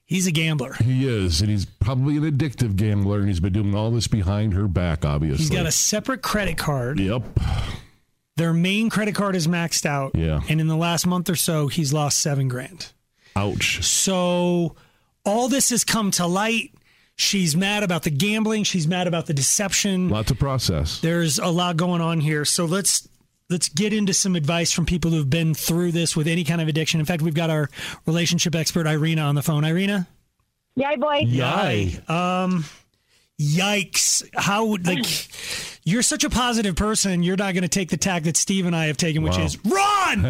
[SPEAKER 3] He's a gambler.
[SPEAKER 4] He is, and he's probably an addictive gambler, and he's been doing all this behind her back, obviously.
[SPEAKER 3] He's got a separate credit card.
[SPEAKER 4] Yep.
[SPEAKER 3] Their main credit card is maxed out.
[SPEAKER 4] Yeah.
[SPEAKER 3] And in the last month or so, he's lost seven grand.
[SPEAKER 4] Ouch.
[SPEAKER 3] So all this has come to light. She's mad about the gambling. She's mad about the deception.
[SPEAKER 4] Lot to process.
[SPEAKER 3] There's a lot going on here. So let's let's get into some advice from people who've been through this with any kind of addiction. In fact, we've got our relationship expert Irina on the phone. Irina.
[SPEAKER 13] Yay, boy.
[SPEAKER 3] Yay. Um, yikes. How, would- like, you're such a positive person. You're not going to take the tack that Steve and I have taken, which
[SPEAKER 4] Wow.
[SPEAKER 3] is run.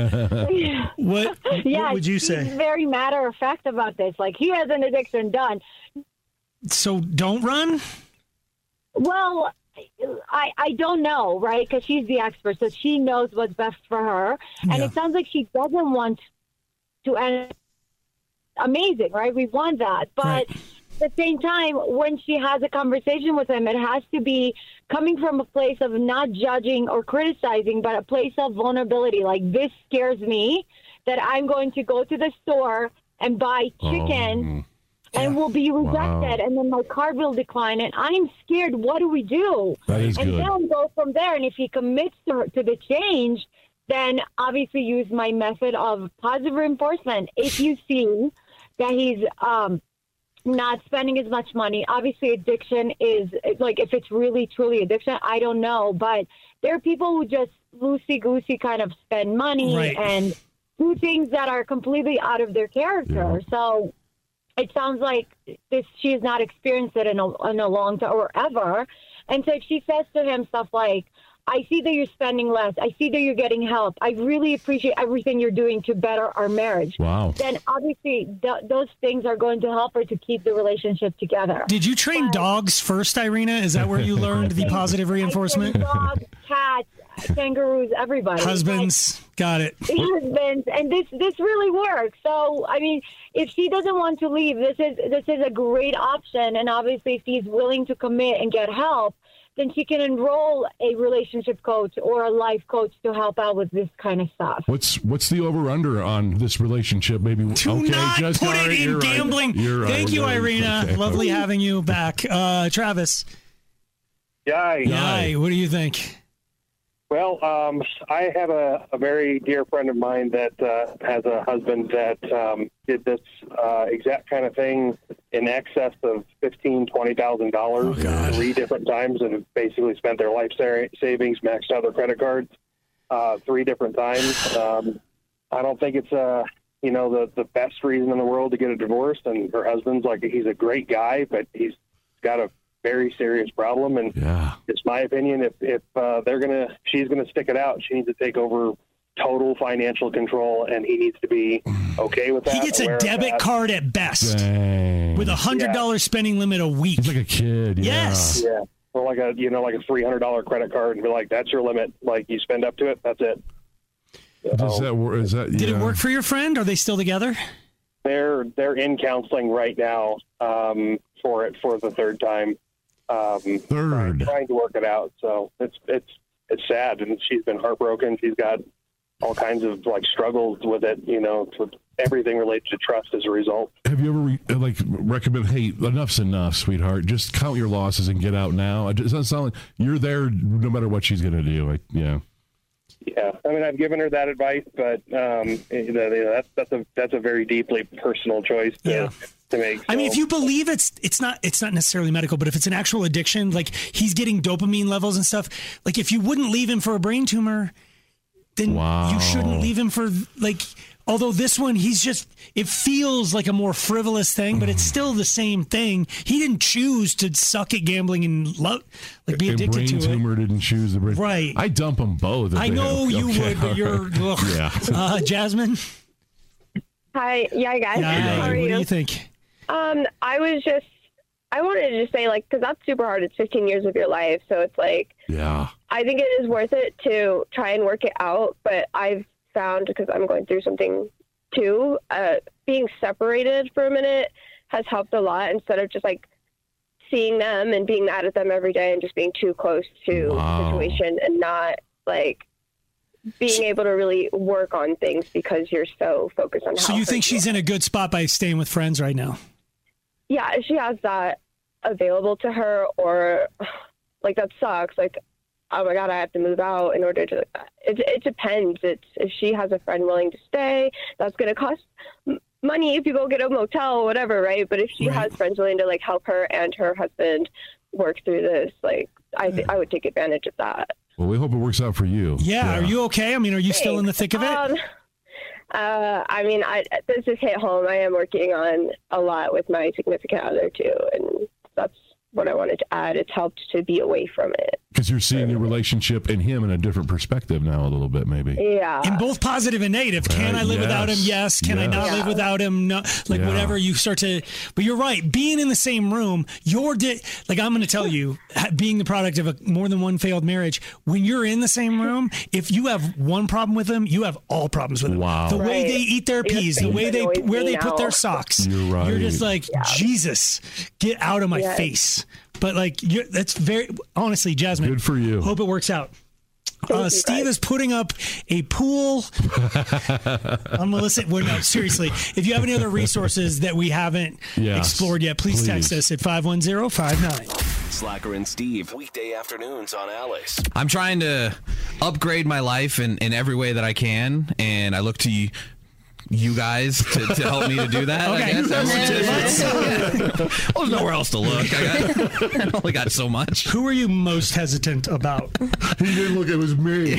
[SPEAKER 3] what,
[SPEAKER 13] yeah,
[SPEAKER 3] what would you
[SPEAKER 13] he's
[SPEAKER 3] say?
[SPEAKER 13] very matter of fact about this. Like he has an addiction done.
[SPEAKER 3] So don't run?
[SPEAKER 13] Well, I I don't know, right? Because she's the expert, so she knows what's best for her. And
[SPEAKER 14] Yeah.
[SPEAKER 13] it sounds like she doesn't want to end. Amazing, right? We want that, but. At the same time, when she has a conversation with him, it has to be coming from a place of not judging or criticizing, but a place of vulnerability. Like, this scares me that I'm going to go to the store and buy chicken and will be rejected,
[SPEAKER 4] Wow.
[SPEAKER 13] and then my card will decline, and I'm scared. What do we do?
[SPEAKER 4] That is
[SPEAKER 13] and
[SPEAKER 4] good.
[SPEAKER 13] then go from there. And if he commits to, to the change, then obviously use my method of positive reinforcement. If you see that he's um, not spending as much money, obviously addiction is like if it's really truly addiction, I don't know, but there are people who just loosey goosey kind of spend money
[SPEAKER 15] Right.
[SPEAKER 13] and do things that are completely out of their character. So it sounds like this she has not experienced it in a, in a long time or ever. And so if she says to him stuff like, I see that you're spending less. I see that you're getting help. I really appreciate everything you're doing to better our marriage.
[SPEAKER 4] Wow.
[SPEAKER 13] Then obviously th- those things are going to help her to keep the relationship together.
[SPEAKER 3] Did you train dogs first, Irina? Is that where you learned the positive reinforcement?
[SPEAKER 13] Dogs, cats, kangaroos, everybody.
[SPEAKER 3] Husbands. Got it.
[SPEAKER 13] husbands and this this really works so i mean if she doesn't want to leave this is this is a great option and obviously if he's willing to commit and get help then she can enroll a relationship coach or a life coach to help out with this kind of stuff
[SPEAKER 4] What's what's the over under on this relationship? Maybe
[SPEAKER 3] Do
[SPEAKER 4] okay,
[SPEAKER 3] not
[SPEAKER 4] just
[SPEAKER 3] put
[SPEAKER 4] all right,
[SPEAKER 3] it in
[SPEAKER 4] you're right.
[SPEAKER 3] gambling.
[SPEAKER 4] You're right.
[SPEAKER 3] Thank you,
[SPEAKER 4] You're right.
[SPEAKER 3] Irina.
[SPEAKER 4] Okay.
[SPEAKER 3] Lovely having you back. Uh, Travis.
[SPEAKER 16] Yay.
[SPEAKER 3] Yay. What do you think?
[SPEAKER 16] Well, um, I have a, a very dear friend of mine that uh, has a husband that um, did this uh, exact kind of thing in excess of fifteen, twenty thousand dollars
[SPEAKER 3] Oh,
[SPEAKER 16] three different times, and basically spent their life sa- savings, maxed out their credit cards uh, three different times. Um, I don't think it's uh, you know the the best reason in the world to get a divorce. And her husband's like he's a great guy, but he's got a very serious problem. And it's my opinion if if uh, they're gonna she's gonna stick it out, she needs to take over total financial control, and he needs to be okay with that.
[SPEAKER 3] He gets
[SPEAKER 16] aware
[SPEAKER 3] a
[SPEAKER 16] of
[SPEAKER 3] debit
[SPEAKER 16] that.
[SPEAKER 3] card at best
[SPEAKER 4] Dang.
[SPEAKER 3] with a $100 spending limit a week. He's
[SPEAKER 4] like a kid.
[SPEAKER 3] Yes.
[SPEAKER 16] Yeah. Or like a you know like a three hundred dollar credit card and be like that's your limit like you spend up to it that's it
[SPEAKER 4] Does that wor- is that
[SPEAKER 3] Did
[SPEAKER 4] yeah.
[SPEAKER 3] it work for your friend? Are they still together?
[SPEAKER 16] they're they're in counseling right now um, for it for the third time. Um,
[SPEAKER 4] Third,
[SPEAKER 16] trying to work it out. So it's it's it's sad, and she's been heartbroken. She's got all kinds of like struggles with it. You know, with everything related to trust as a result.
[SPEAKER 4] Have you ever re- uh, like recommend? Hey, enough's enough, sweetheart. Just count your losses and get out now. It doesn't sound like you're there no matter what she's gonna do. Like, yeah,
[SPEAKER 16] Yeah, I mean, I've given her that advice, but um, you know, that's that's a that's a very deeply personal choice to, to make.
[SPEAKER 3] I mean,
[SPEAKER 16] So-
[SPEAKER 3] if you believe it's it's not it's not necessarily medical, but if it's an actual addiction, like he's getting dopamine levels and stuff, like if you wouldn't leave him for a brain tumor, then you shouldn't leave him for like. Although this one, he's just it feels like a more frivolous thing, but
[SPEAKER 4] Mm.
[SPEAKER 3] it's still the same thing. He didn't choose to suck at gambling and love, like be
[SPEAKER 4] And
[SPEAKER 3] addicted
[SPEAKER 4] brain
[SPEAKER 3] to it.
[SPEAKER 4] tumor didn't choose the brain.
[SPEAKER 3] Right.
[SPEAKER 4] I dump them both. if
[SPEAKER 3] I
[SPEAKER 4] they
[SPEAKER 3] know
[SPEAKER 4] have-
[SPEAKER 3] you
[SPEAKER 4] okay,
[SPEAKER 3] would, but
[SPEAKER 4] all
[SPEAKER 3] you're
[SPEAKER 4] right.
[SPEAKER 3] ugh.
[SPEAKER 4] yeah.
[SPEAKER 3] Uh, Jasmine.
[SPEAKER 15] Hi, yeah, guys.
[SPEAKER 3] Yeah,
[SPEAKER 15] How
[SPEAKER 3] what
[SPEAKER 15] are you?
[SPEAKER 3] do you think?
[SPEAKER 15] Um, I was just, I wanted to just say, like, because that's super hard. It's 15 years of your life, so it's like,
[SPEAKER 4] yeah.
[SPEAKER 15] I think it is worth it to try and work it out. But I've found because I'm going through something too, uh, being separated for a minute has helped a lot instead of just like seeing them and being mad at them every day and just being too close to the
[SPEAKER 4] Wow.
[SPEAKER 15] situation and not like being able to really work on things because you're so focused on
[SPEAKER 3] So
[SPEAKER 15] how
[SPEAKER 3] you think she's in a good spot by staying with friends right now?
[SPEAKER 15] yeah, if she has that available to her, or like that sucks. Like, oh my god, I have to move out in order to. It, it depends. It's if she has a friend willing to stay, that's going to cost m- money if you go get a motel or whatever, right? But if she has friends willing to like help her and her husband work through this, like I th- I would take advantage of that.
[SPEAKER 4] Well, we hope it works out for you.
[SPEAKER 3] Yeah, Are you okay? I mean, are you still in the thick of it?
[SPEAKER 15] Um, uh, I mean, I, this is hit home. I am working on a lot with my significant other too, and that's what I wanted to add. It's helped to be away from it.
[SPEAKER 4] Because you're seeing your relationship and him in a different perspective now, a little bit, maybe.
[SPEAKER 15] Yeah.
[SPEAKER 3] In both positive and negative. Can I live
[SPEAKER 4] Uh, yes.
[SPEAKER 3] without him? Yes. Can I not
[SPEAKER 4] Yes.
[SPEAKER 3] live without him? No. Like
[SPEAKER 4] Yeah.
[SPEAKER 3] whatever you start to, but you're right. Being in the same room, you're di- like I'm going to tell you, ha- being the product of a, more than one failed marriage. When you're in the same room, if you have one problem with them, you have all problems with them. Wow. The way
[SPEAKER 14] Right.
[SPEAKER 3] they eat their
[SPEAKER 14] It
[SPEAKER 3] peas, the
[SPEAKER 14] annoys
[SPEAKER 3] way they
[SPEAKER 14] me
[SPEAKER 3] where they put
[SPEAKER 14] now.
[SPEAKER 3] their socks.
[SPEAKER 4] You're right.
[SPEAKER 3] You're just like Jesus, get out of my
[SPEAKER 4] Yes.
[SPEAKER 3] face. But like you're, that's very honestly, Jasmine. Good for you. Hope it works out. Uh, Steve is putting up a pool. I'm Melissa. Well, no, seriously. If you have any other resources that we haven't
[SPEAKER 2] Yes,
[SPEAKER 3] explored yet, please, text
[SPEAKER 2] please.
[SPEAKER 3] us at 51059.
[SPEAKER 2] Slacker and Steve, weekday afternoons on Alice.
[SPEAKER 6] I'm trying to upgrade my life in, in every way that I can, and I look to you, you guys to, to help me to do that. I
[SPEAKER 14] Okay.
[SPEAKER 6] guess. I look to-
[SPEAKER 3] There's
[SPEAKER 6] nowhere else to look. I, got, I only got so much.
[SPEAKER 3] Who are you most hesitant about?
[SPEAKER 4] he didn't look. It was me.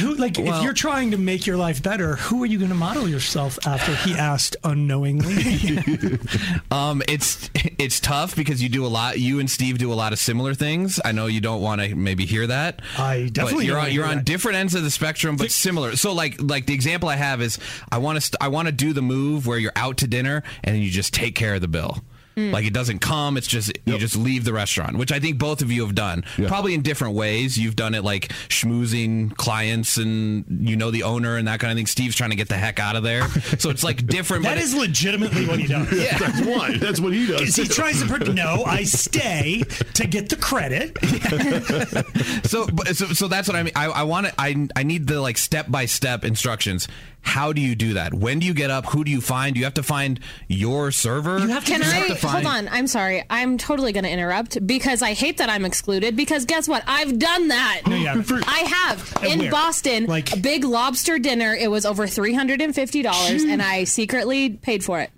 [SPEAKER 3] who, like, if
[SPEAKER 6] Well-
[SPEAKER 3] you're trying to make your life better, who are you going to model yourself after? He asked unknowingly.
[SPEAKER 6] Um, it's it's tough because you do a lot. You and Steve do a lot of similar things. I know you don't want to maybe hear that.
[SPEAKER 3] I
[SPEAKER 6] but
[SPEAKER 3] definitely
[SPEAKER 6] you're
[SPEAKER 3] don't
[SPEAKER 6] on you're
[SPEAKER 3] wanna hear
[SPEAKER 6] on different ends of the spectrum, but similar. So like like the example I have is I want to st- I want to do the move where you're out to dinner and you just take care of the bill.
[SPEAKER 14] Mm.
[SPEAKER 6] Like it doesn't come, it's just you just leave the restaurant, which I think both of you have done, probably in different ways. You've done it like schmoozing clients and you know the owner and that kind of thing. Steve's trying to get the heck out of there, so it's like different.
[SPEAKER 3] That
[SPEAKER 6] but
[SPEAKER 3] is legitimately what he does.
[SPEAKER 6] Yeah.
[SPEAKER 4] That's why. That's what he does.
[SPEAKER 3] 'Cause he tries to put no. I stay to get the credit.
[SPEAKER 6] so, but, so, so that's what I mean. I, I want to. I, I need the like step by step instructions. How do you do that? When do you get up? Who do you find? You have to find your server. You have
[SPEAKER 5] Can I hold on? I'm sorry. I'm totally going to interrupt because I hate that I'm excluded. Because guess what? I've done that.
[SPEAKER 6] you haven't.
[SPEAKER 5] I have
[SPEAKER 6] And
[SPEAKER 5] in
[SPEAKER 6] where?
[SPEAKER 5] Boston. Like a big lobster dinner. It was over three hundred and fifty dollars, and I secretly paid for it.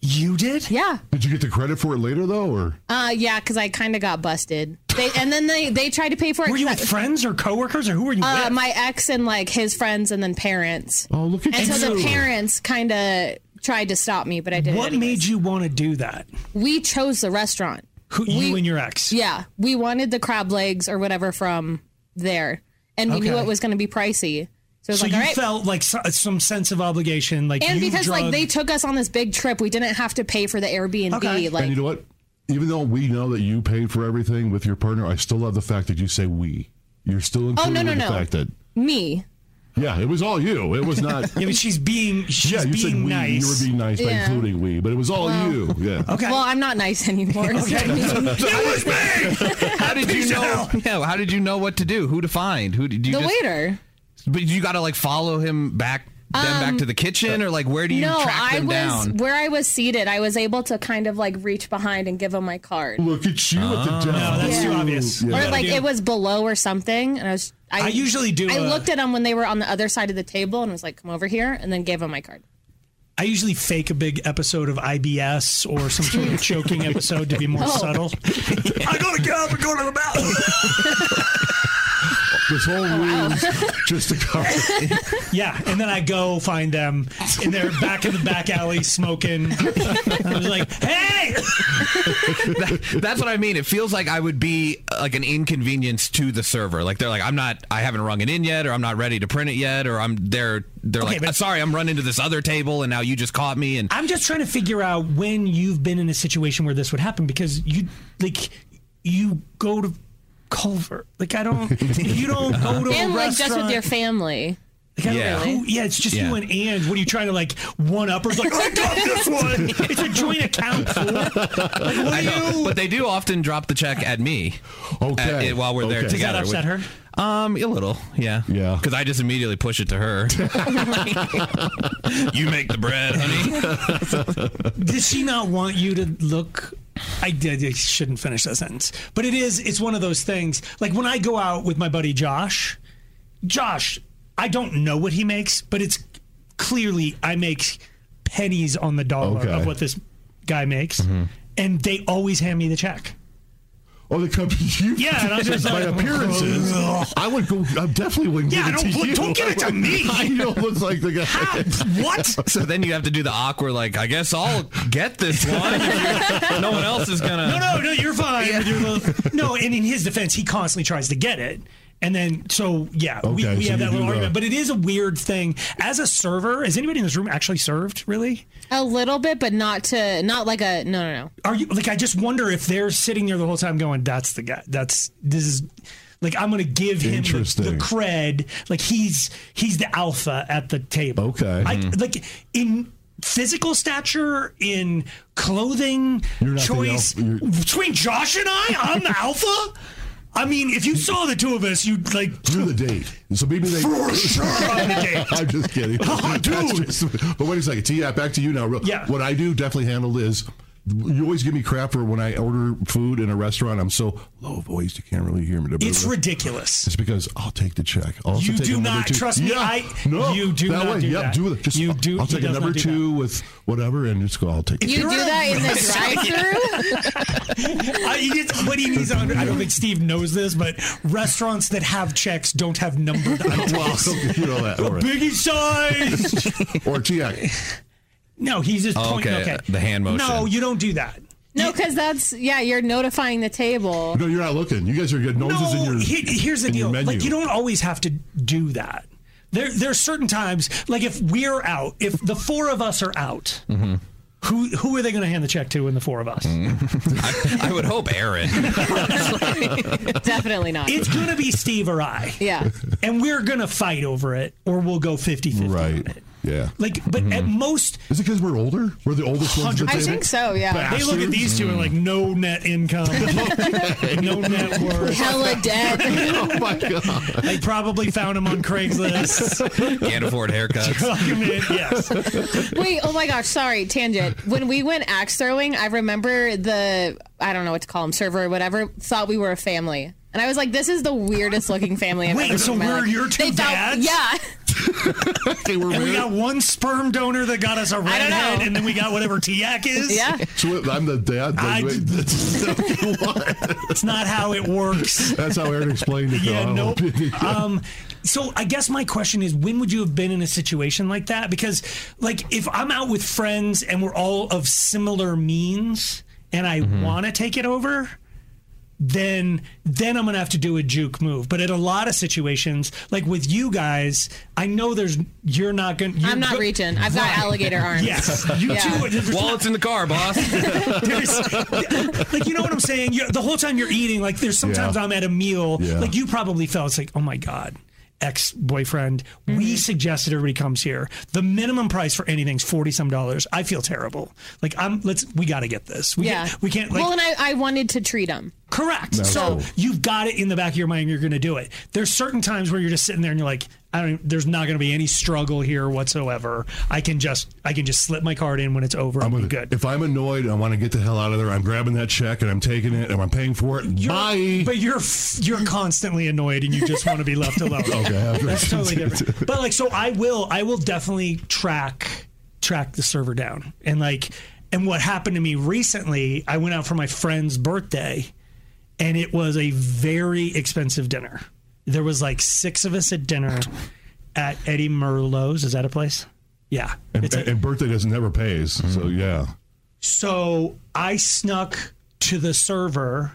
[SPEAKER 3] You did?
[SPEAKER 5] Yeah.
[SPEAKER 4] Did you get the credit for it later though, or
[SPEAKER 5] Uh, yeah, because I kind of got busted. They and then they they tried to pay for it.
[SPEAKER 3] Were you
[SPEAKER 5] 'cause
[SPEAKER 3] with
[SPEAKER 5] I-
[SPEAKER 3] friends or coworkers or who were you
[SPEAKER 5] Uh,
[SPEAKER 3] with?
[SPEAKER 5] my ex and like his friends and then parents.
[SPEAKER 4] Oh, look at
[SPEAKER 5] and so the
[SPEAKER 3] you.
[SPEAKER 5] parents kind of tried to stop me, but I didn't.
[SPEAKER 3] What made you want to do that?
[SPEAKER 5] we chose the restaurant.
[SPEAKER 3] Who you and your ex?
[SPEAKER 5] Yeah, we wanted the crab legs or whatever from there, and we knew
[SPEAKER 3] Okay.
[SPEAKER 5] it was going to be pricey. So it was
[SPEAKER 3] So
[SPEAKER 5] like,
[SPEAKER 3] you
[SPEAKER 5] all right.
[SPEAKER 3] felt like so, some sense of obligation, like
[SPEAKER 5] and
[SPEAKER 3] you
[SPEAKER 5] because like
[SPEAKER 3] drug-
[SPEAKER 5] they took us on this big trip, we didn't have to pay for the Airbnb. Like
[SPEAKER 4] and you know what? Even though we know that you paid for everything with your partner, I still love the fact that you say we. You're still included
[SPEAKER 5] Oh, no, no,
[SPEAKER 4] in the
[SPEAKER 5] no.
[SPEAKER 4] fact that
[SPEAKER 5] me,
[SPEAKER 4] yeah, it was all you. It was not.
[SPEAKER 3] yeah, but she's being she's
[SPEAKER 4] yeah, you said
[SPEAKER 3] being
[SPEAKER 4] we.
[SPEAKER 3] nice.
[SPEAKER 4] You were being nice by
[SPEAKER 5] Yeah.
[SPEAKER 4] including we, but it was all
[SPEAKER 5] Well.
[SPEAKER 4] you. Yeah.
[SPEAKER 5] Well, I'm not nice anymore. so-
[SPEAKER 6] How did you know? Yeah, how did you know what to do? Who to find? Who did you?
[SPEAKER 5] the
[SPEAKER 6] just,
[SPEAKER 5] waiter.
[SPEAKER 6] But you got to like follow him back, then back
[SPEAKER 5] Um,
[SPEAKER 6] to the kitchen, or like where do you
[SPEAKER 5] no,
[SPEAKER 6] track
[SPEAKER 5] I
[SPEAKER 6] them
[SPEAKER 5] was
[SPEAKER 6] down?
[SPEAKER 5] where I was seated. I was able to kind of like reach behind and give him my card,
[SPEAKER 4] Look at you
[SPEAKER 6] at the
[SPEAKER 4] devil.
[SPEAKER 3] No, that's too obvious.
[SPEAKER 5] or like it was below or something. And I was. I,
[SPEAKER 3] I usually do
[SPEAKER 5] I
[SPEAKER 3] a-
[SPEAKER 5] looked at him when they were on the other side of the table and was like, "Come over here," and then gave him my card.
[SPEAKER 3] I usually fake a big episode of IBS or some sort of choking episode to be more
[SPEAKER 5] Oh.
[SPEAKER 3] subtle. I gotta get up and go to the bathroom.
[SPEAKER 4] This whole
[SPEAKER 5] Oh,
[SPEAKER 4] room just a cover.
[SPEAKER 3] yeah, and then I go find them, and they're back in the back alley smoking. I was like, "Hey!"
[SPEAKER 6] That- that's what I mean. It feels like I would be uh, like an inconvenience to the server. Like they're like, I'm not, I haven't rung it in yet, or I'm not ready to print it yet, or I'm they're they're
[SPEAKER 3] Okay,
[SPEAKER 6] like,
[SPEAKER 3] but-
[SPEAKER 6] "Uh, sorry, I'm running to this other table, and now you just caught me, and
[SPEAKER 3] I'm just trying to figure out when you've been in a situation where this would happen because you like you go to Culver. Like I don't you don't Oh, go to
[SPEAKER 5] and
[SPEAKER 3] a
[SPEAKER 5] like just with
[SPEAKER 3] restaurant-
[SPEAKER 5] your family.
[SPEAKER 3] Like, I don't
[SPEAKER 5] Yeah.
[SPEAKER 3] know who- yeah, it's just
[SPEAKER 5] Yeah.
[SPEAKER 3] you and Ange. What are you trying to like one up or like "Oh, I got this one? It's a joint account. fool. Like, what
[SPEAKER 6] I
[SPEAKER 3] are
[SPEAKER 6] know,
[SPEAKER 3] you?
[SPEAKER 6] but they do often drop the check at me.
[SPEAKER 4] Okay.
[SPEAKER 6] at- eh, while we're there
[SPEAKER 4] Okay. Does that
[SPEAKER 6] together.
[SPEAKER 4] upset
[SPEAKER 3] her?
[SPEAKER 6] Um, a little, yeah, yeah. Because I just immediately push it to her. you make the bread, honey.
[SPEAKER 3] Does she not want you to look I did. I shouldn't finish that sentence. But it is. It's one of those things. Like when I go out with my buddy Josh, Josh, I don't know what he makes, but it's clearly I make pennies on the dollar
[SPEAKER 4] Okay. Mm-hmm.
[SPEAKER 3] of what this guy makes, and they always hand me the check.
[SPEAKER 4] Oh, the company. You
[SPEAKER 3] Yeah, and I'm just
[SPEAKER 4] by
[SPEAKER 3] like, Oh,
[SPEAKER 4] appearances. I would go. I definitely wouldn't.
[SPEAKER 3] Yeah,
[SPEAKER 4] give
[SPEAKER 3] don't-
[SPEAKER 4] it to you.
[SPEAKER 3] don't give it to me.
[SPEAKER 4] I know. It looks like the guy.
[SPEAKER 3] What?
[SPEAKER 6] So then you have to do the awkward, like, I guess I'll get this one. no one else is gonna.
[SPEAKER 3] No, no, no. You're fine. with your little- no, and in his defense, he constantly tries to get it. And then, so yeah, we,
[SPEAKER 4] Okay,
[SPEAKER 3] we
[SPEAKER 4] so
[SPEAKER 3] have
[SPEAKER 4] you
[SPEAKER 3] that
[SPEAKER 4] do
[SPEAKER 3] little
[SPEAKER 4] the-
[SPEAKER 3] argument, but it is a weird thing. As a server, has anybody in this room actually served? Really?
[SPEAKER 5] A little bit, but not to not like a no no no.
[SPEAKER 3] Are you like? I just wonder if they're sitting there the whole time going, "That's the guy. That's this is." Like I'm gonna give him the, the
[SPEAKER 4] Interesting.
[SPEAKER 3] cred. Like he's he's the alpha at the table.
[SPEAKER 4] Okay.
[SPEAKER 3] I,
[SPEAKER 4] Mhm.
[SPEAKER 3] like in physical stature, in clothing
[SPEAKER 4] You're not the
[SPEAKER 3] choice,
[SPEAKER 4] alpha, you're-
[SPEAKER 3] between Josh and I, I'm the alpha. I mean, if you saw the two of us, you'd like.
[SPEAKER 4] You're the date. So maybe they.
[SPEAKER 3] For sure I'm the date.
[SPEAKER 4] I'm just kidding.
[SPEAKER 3] Oh,
[SPEAKER 4] That's
[SPEAKER 3] dude.
[SPEAKER 4] just- but wait a second. T, yeah, back to you now. Real-
[SPEAKER 3] Yeah.
[SPEAKER 4] What I do definitely handle is. You always give me crap for when I order food in a restaurant. I'm so low voiced you can't really hear me.
[SPEAKER 3] It's ridiculous.
[SPEAKER 4] It's because I'll take the check. I'll also
[SPEAKER 3] You
[SPEAKER 4] take
[SPEAKER 3] do
[SPEAKER 4] a number
[SPEAKER 3] not-
[SPEAKER 4] two.
[SPEAKER 3] trust me,
[SPEAKER 4] Yeah,
[SPEAKER 3] I-
[SPEAKER 4] no,
[SPEAKER 3] you do
[SPEAKER 4] that
[SPEAKER 3] not
[SPEAKER 4] way.
[SPEAKER 3] do
[SPEAKER 4] yep,
[SPEAKER 3] that.
[SPEAKER 4] Do it. Just,
[SPEAKER 3] you do.
[SPEAKER 4] I'll
[SPEAKER 3] he
[SPEAKER 4] take a
[SPEAKER 3] does
[SPEAKER 4] number
[SPEAKER 3] not do that.
[SPEAKER 4] two with whatever, and just go. I'll take. it.
[SPEAKER 5] You do
[SPEAKER 3] you're a
[SPEAKER 5] that in the
[SPEAKER 3] restaurant- I, he gets- what he needs to under, I don't think Steve knows this, but restaurants that have checks don't have numbered items.
[SPEAKER 4] well, you know that. All right.
[SPEAKER 3] Biggie size.
[SPEAKER 4] Or check.
[SPEAKER 3] No, he's just
[SPEAKER 6] Oh,
[SPEAKER 3] pointing.
[SPEAKER 6] okay,
[SPEAKER 3] Okay.
[SPEAKER 6] the hand motion.
[SPEAKER 3] No, you don't do that.
[SPEAKER 5] No, because that's yeah, you're notifying the table.
[SPEAKER 4] No, you're not looking. You guys are good noises
[SPEAKER 3] no,
[SPEAKER 4] in your.
[SPEAKER 3] he- here's the
[SPEAKER 4] in your
[SPEAKER 3] deal.
[SPEAKER 4] menu.
[SPEAKER 3] Like you don't always have to do that. There, there are certain times. Like if we're out, if the four of us are out,
[SPEAKER 6] Mm-hmm.
[SPEAKER 3] who who are they going to hand the check to? In the four of us,
[SPEAKER 4] Mm.
[SPEAKER 6] I, I would hope Aaron.
[SPEAKER 5] Definitely not.
[SPEAKER 3] it's going to be Steve or I,
[SPEAKER 5] yeah.
[SPEAKER 3] and we're going to fight over it, or we'll go 50-50.
[SPEAKER 4] Right. Yeah.
[SPEAKER 3] Like, but
[SPEAKER 6] Mm-hmm.
[SPEAKER 3] at most,
[SPEAKER 4] Is it because we're older? We're the oldest ones. At the
[SPEAKER 5] I
[SPEAKER 4] table?
[SPEAKER 5] think so. Yeah.
[SPEAKER 3] they look at these two and like no net income, no net worth.
[SPEAKER 5] Hella dead.
[SPEAKER 4] oh my god.
[SPEAKER 3] They probably found him on Craigslist.
[SPEAKER 6] Can't afford haircuts.
[SPEAKER 3] Document, yes.
[SPEAKER 5] Wait. Oh my gosh. Sorry. Tangent. When we went axe throwing, I remember the I don't know what to call him server or whatever thought we were a family. And I was like, "This is the weirdest looking family I've
[SPEAKER 3] Wait,
[SPEAKER 5] ever seen
[SPEAKER 3] so
[SPEAKER 5] in my
[SPEAKER 3] we're
[SPEAKER 5] life."
[SPEAKER 3] your two
[SPEAKER 5] They thought-
[SPEAKER 3] dads?
[SPEAKER 5] Yeah,
[SPEAKER 4] They were
[SPEAKER 3] And we
[SPEAKER 4] married.
[SPEAKER 3] got one sperm donor that got us a redhead,
[SPEAKER 5] know.
[SPEAKER 3] and then we got whatever Tiak is.
[SPEAKER 5] yeah.
[SPEAKER 4] So I'm the dad. but
[SPEAKER 3] I-
[SPEAKER 4] wait, that's,
[SPEAKER 3] It's not how it works.
[SPEAKER 4] that's how Aaron explained it. though. I
[SPEAKER 3] Yeah,
[SPEAKER 4] don't
[SPEAKER 3] nope.
[SPEAKER 4] know. Yeah.
[SPEAKER 3] Um, so I guess my question is, when would you have been in a situation like that? Because, like, if I'm out with friends and we're all of similar means, and I want to take it over, then then I'm gonna have to do a juke move. But in a lot of situations, like with you guys, I know there's you're not gonna. You're
[SPEAKER 5] I'm not
[SPEAKER 3] go-
[SPEAKER 5] reaching. I've got alligator arms.
[SPEAKER 3] Yes, you
[SPEAKER 5] Yeah.
[SPEAKER 3] too. There's not-
[SPEAKER 6] Wallet's in the car, boss.
[SPEAKER 3] There's, like you know what I'm saying. You're, the whole time you're eating, like there's sometimes
[SPEAKER 4] Yeah.
[SPEAKER 3] I'm at a meal,
[SPEAKER 4] Yeah.
[SPEAKER 3] like you probably felt it's like, oh my god, ex boyfriend.
[SPEAKER 5] Mm-hmm.
[SPEAKER 3] We suggested everybody comes here. The minimum price for anything's forty some dollars. I feel terrible. Like I'm. Let's. We got to get this. We
[SPEAKER 5] Yeah.
[SPEAKER 3] Can't, we can't. Like,
[SPEAKER 5] well, and I, I wanted to treat him.
[SPEAKER 3] correct.
[SPEAKER 4] No.
[SPEAKER 3] So
[SPEAKER 4] No.
[SPEAKER 3] you've got it in the back of your mind. You're going to do it. There's certain times where you're just sitting there and you're like. I don't. There's not going to be any struggle here whatsoever. I can just. I can just slip my card in when it's over.
[SPEAKER 4] I'm
[SPEAKER 3] I'm
[SPEAKER 4] gonna,
[SPEAKER 3] good.
[SPEAKER 4] If I'm annoyed, I want to get the hell out of there. I'm grabbing that check and I'm taking it and I'm paying for it.
[SPEAKER 3] You're-
[SPEAKER 4] Bye.
[SPEAKER 3] But you're f- you're constantly annoyed and you just want to be left alone.
[SPEAKER 4] Okay.
[SPEAKER 3] That's totally different. But like, so I will I will definitely track track the server down and like and what happened to me recently. I went out for my friend's birthday, and it was a very expensive dinner. There was like six of us at dinner at Eddie Merlot's. Is that a place? Yeah,
[SPEAKER 4] and,
[SPEAKER 3] it's a,
[SPEAKER 4] and birthday doesn't never pays. So
[SPEAKER 3] Mm-hmm.
[SPEAKER 4] yeah.
[SPEAKER 3] so I snuck to the server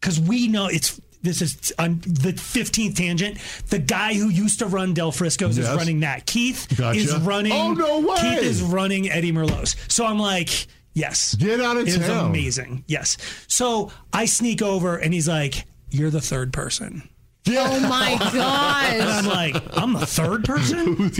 [SPEAKER 3] because we know it's this is on the 15th tangent. The guy who used to run Del Frisco's is
[SPEAKER 4] Yes.
[SPEAKER 3] running that. Keith
[SPEAKER 4] Gotcha.
[SPEAKER 3] is running.
[SPEAKER 4] Oh, no way!
[SPEAKER 3] Keith is running Eddie Merlot's. So I'm like, yes.
[SPEAKER 4] Get out of
[SPEAKER 3] It was
[SPEAKER 4] town.
[SPEAKER 3] amazing. Yes. So I sneak over and he's like, you're the third person.
[SPEAKER 5] Oh my
[SPEAKER 3] And I'm
[SPEAKER 5] gosh.
[SPEAKER 3] like, I'm the third person?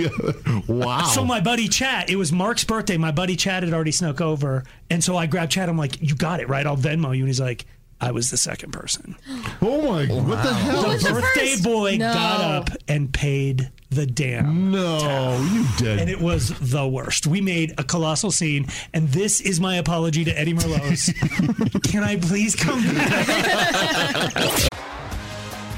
[SPEAKER 4] wow.
[SPEAKER 3] So my buddy Chad, it was Mark's birthday. My buddy Chad had already snuck over, and so I grabbed Chad. I'm like, "You got it right. I'll Venmo you." And he's like, I was the second person.
[SPEAKER 4] Oh my! What the hell?
[SPEAKER 3] The birthday boy
[SPEAKER 4] No.
[SPEAKER 3] got up and paid the damn.
[SPEAKER 4] No, you did,
[SPEAKER 3] and it was the worst. We made a colossal scene, and this is my apology to Eddie Merlos. Can I please come back?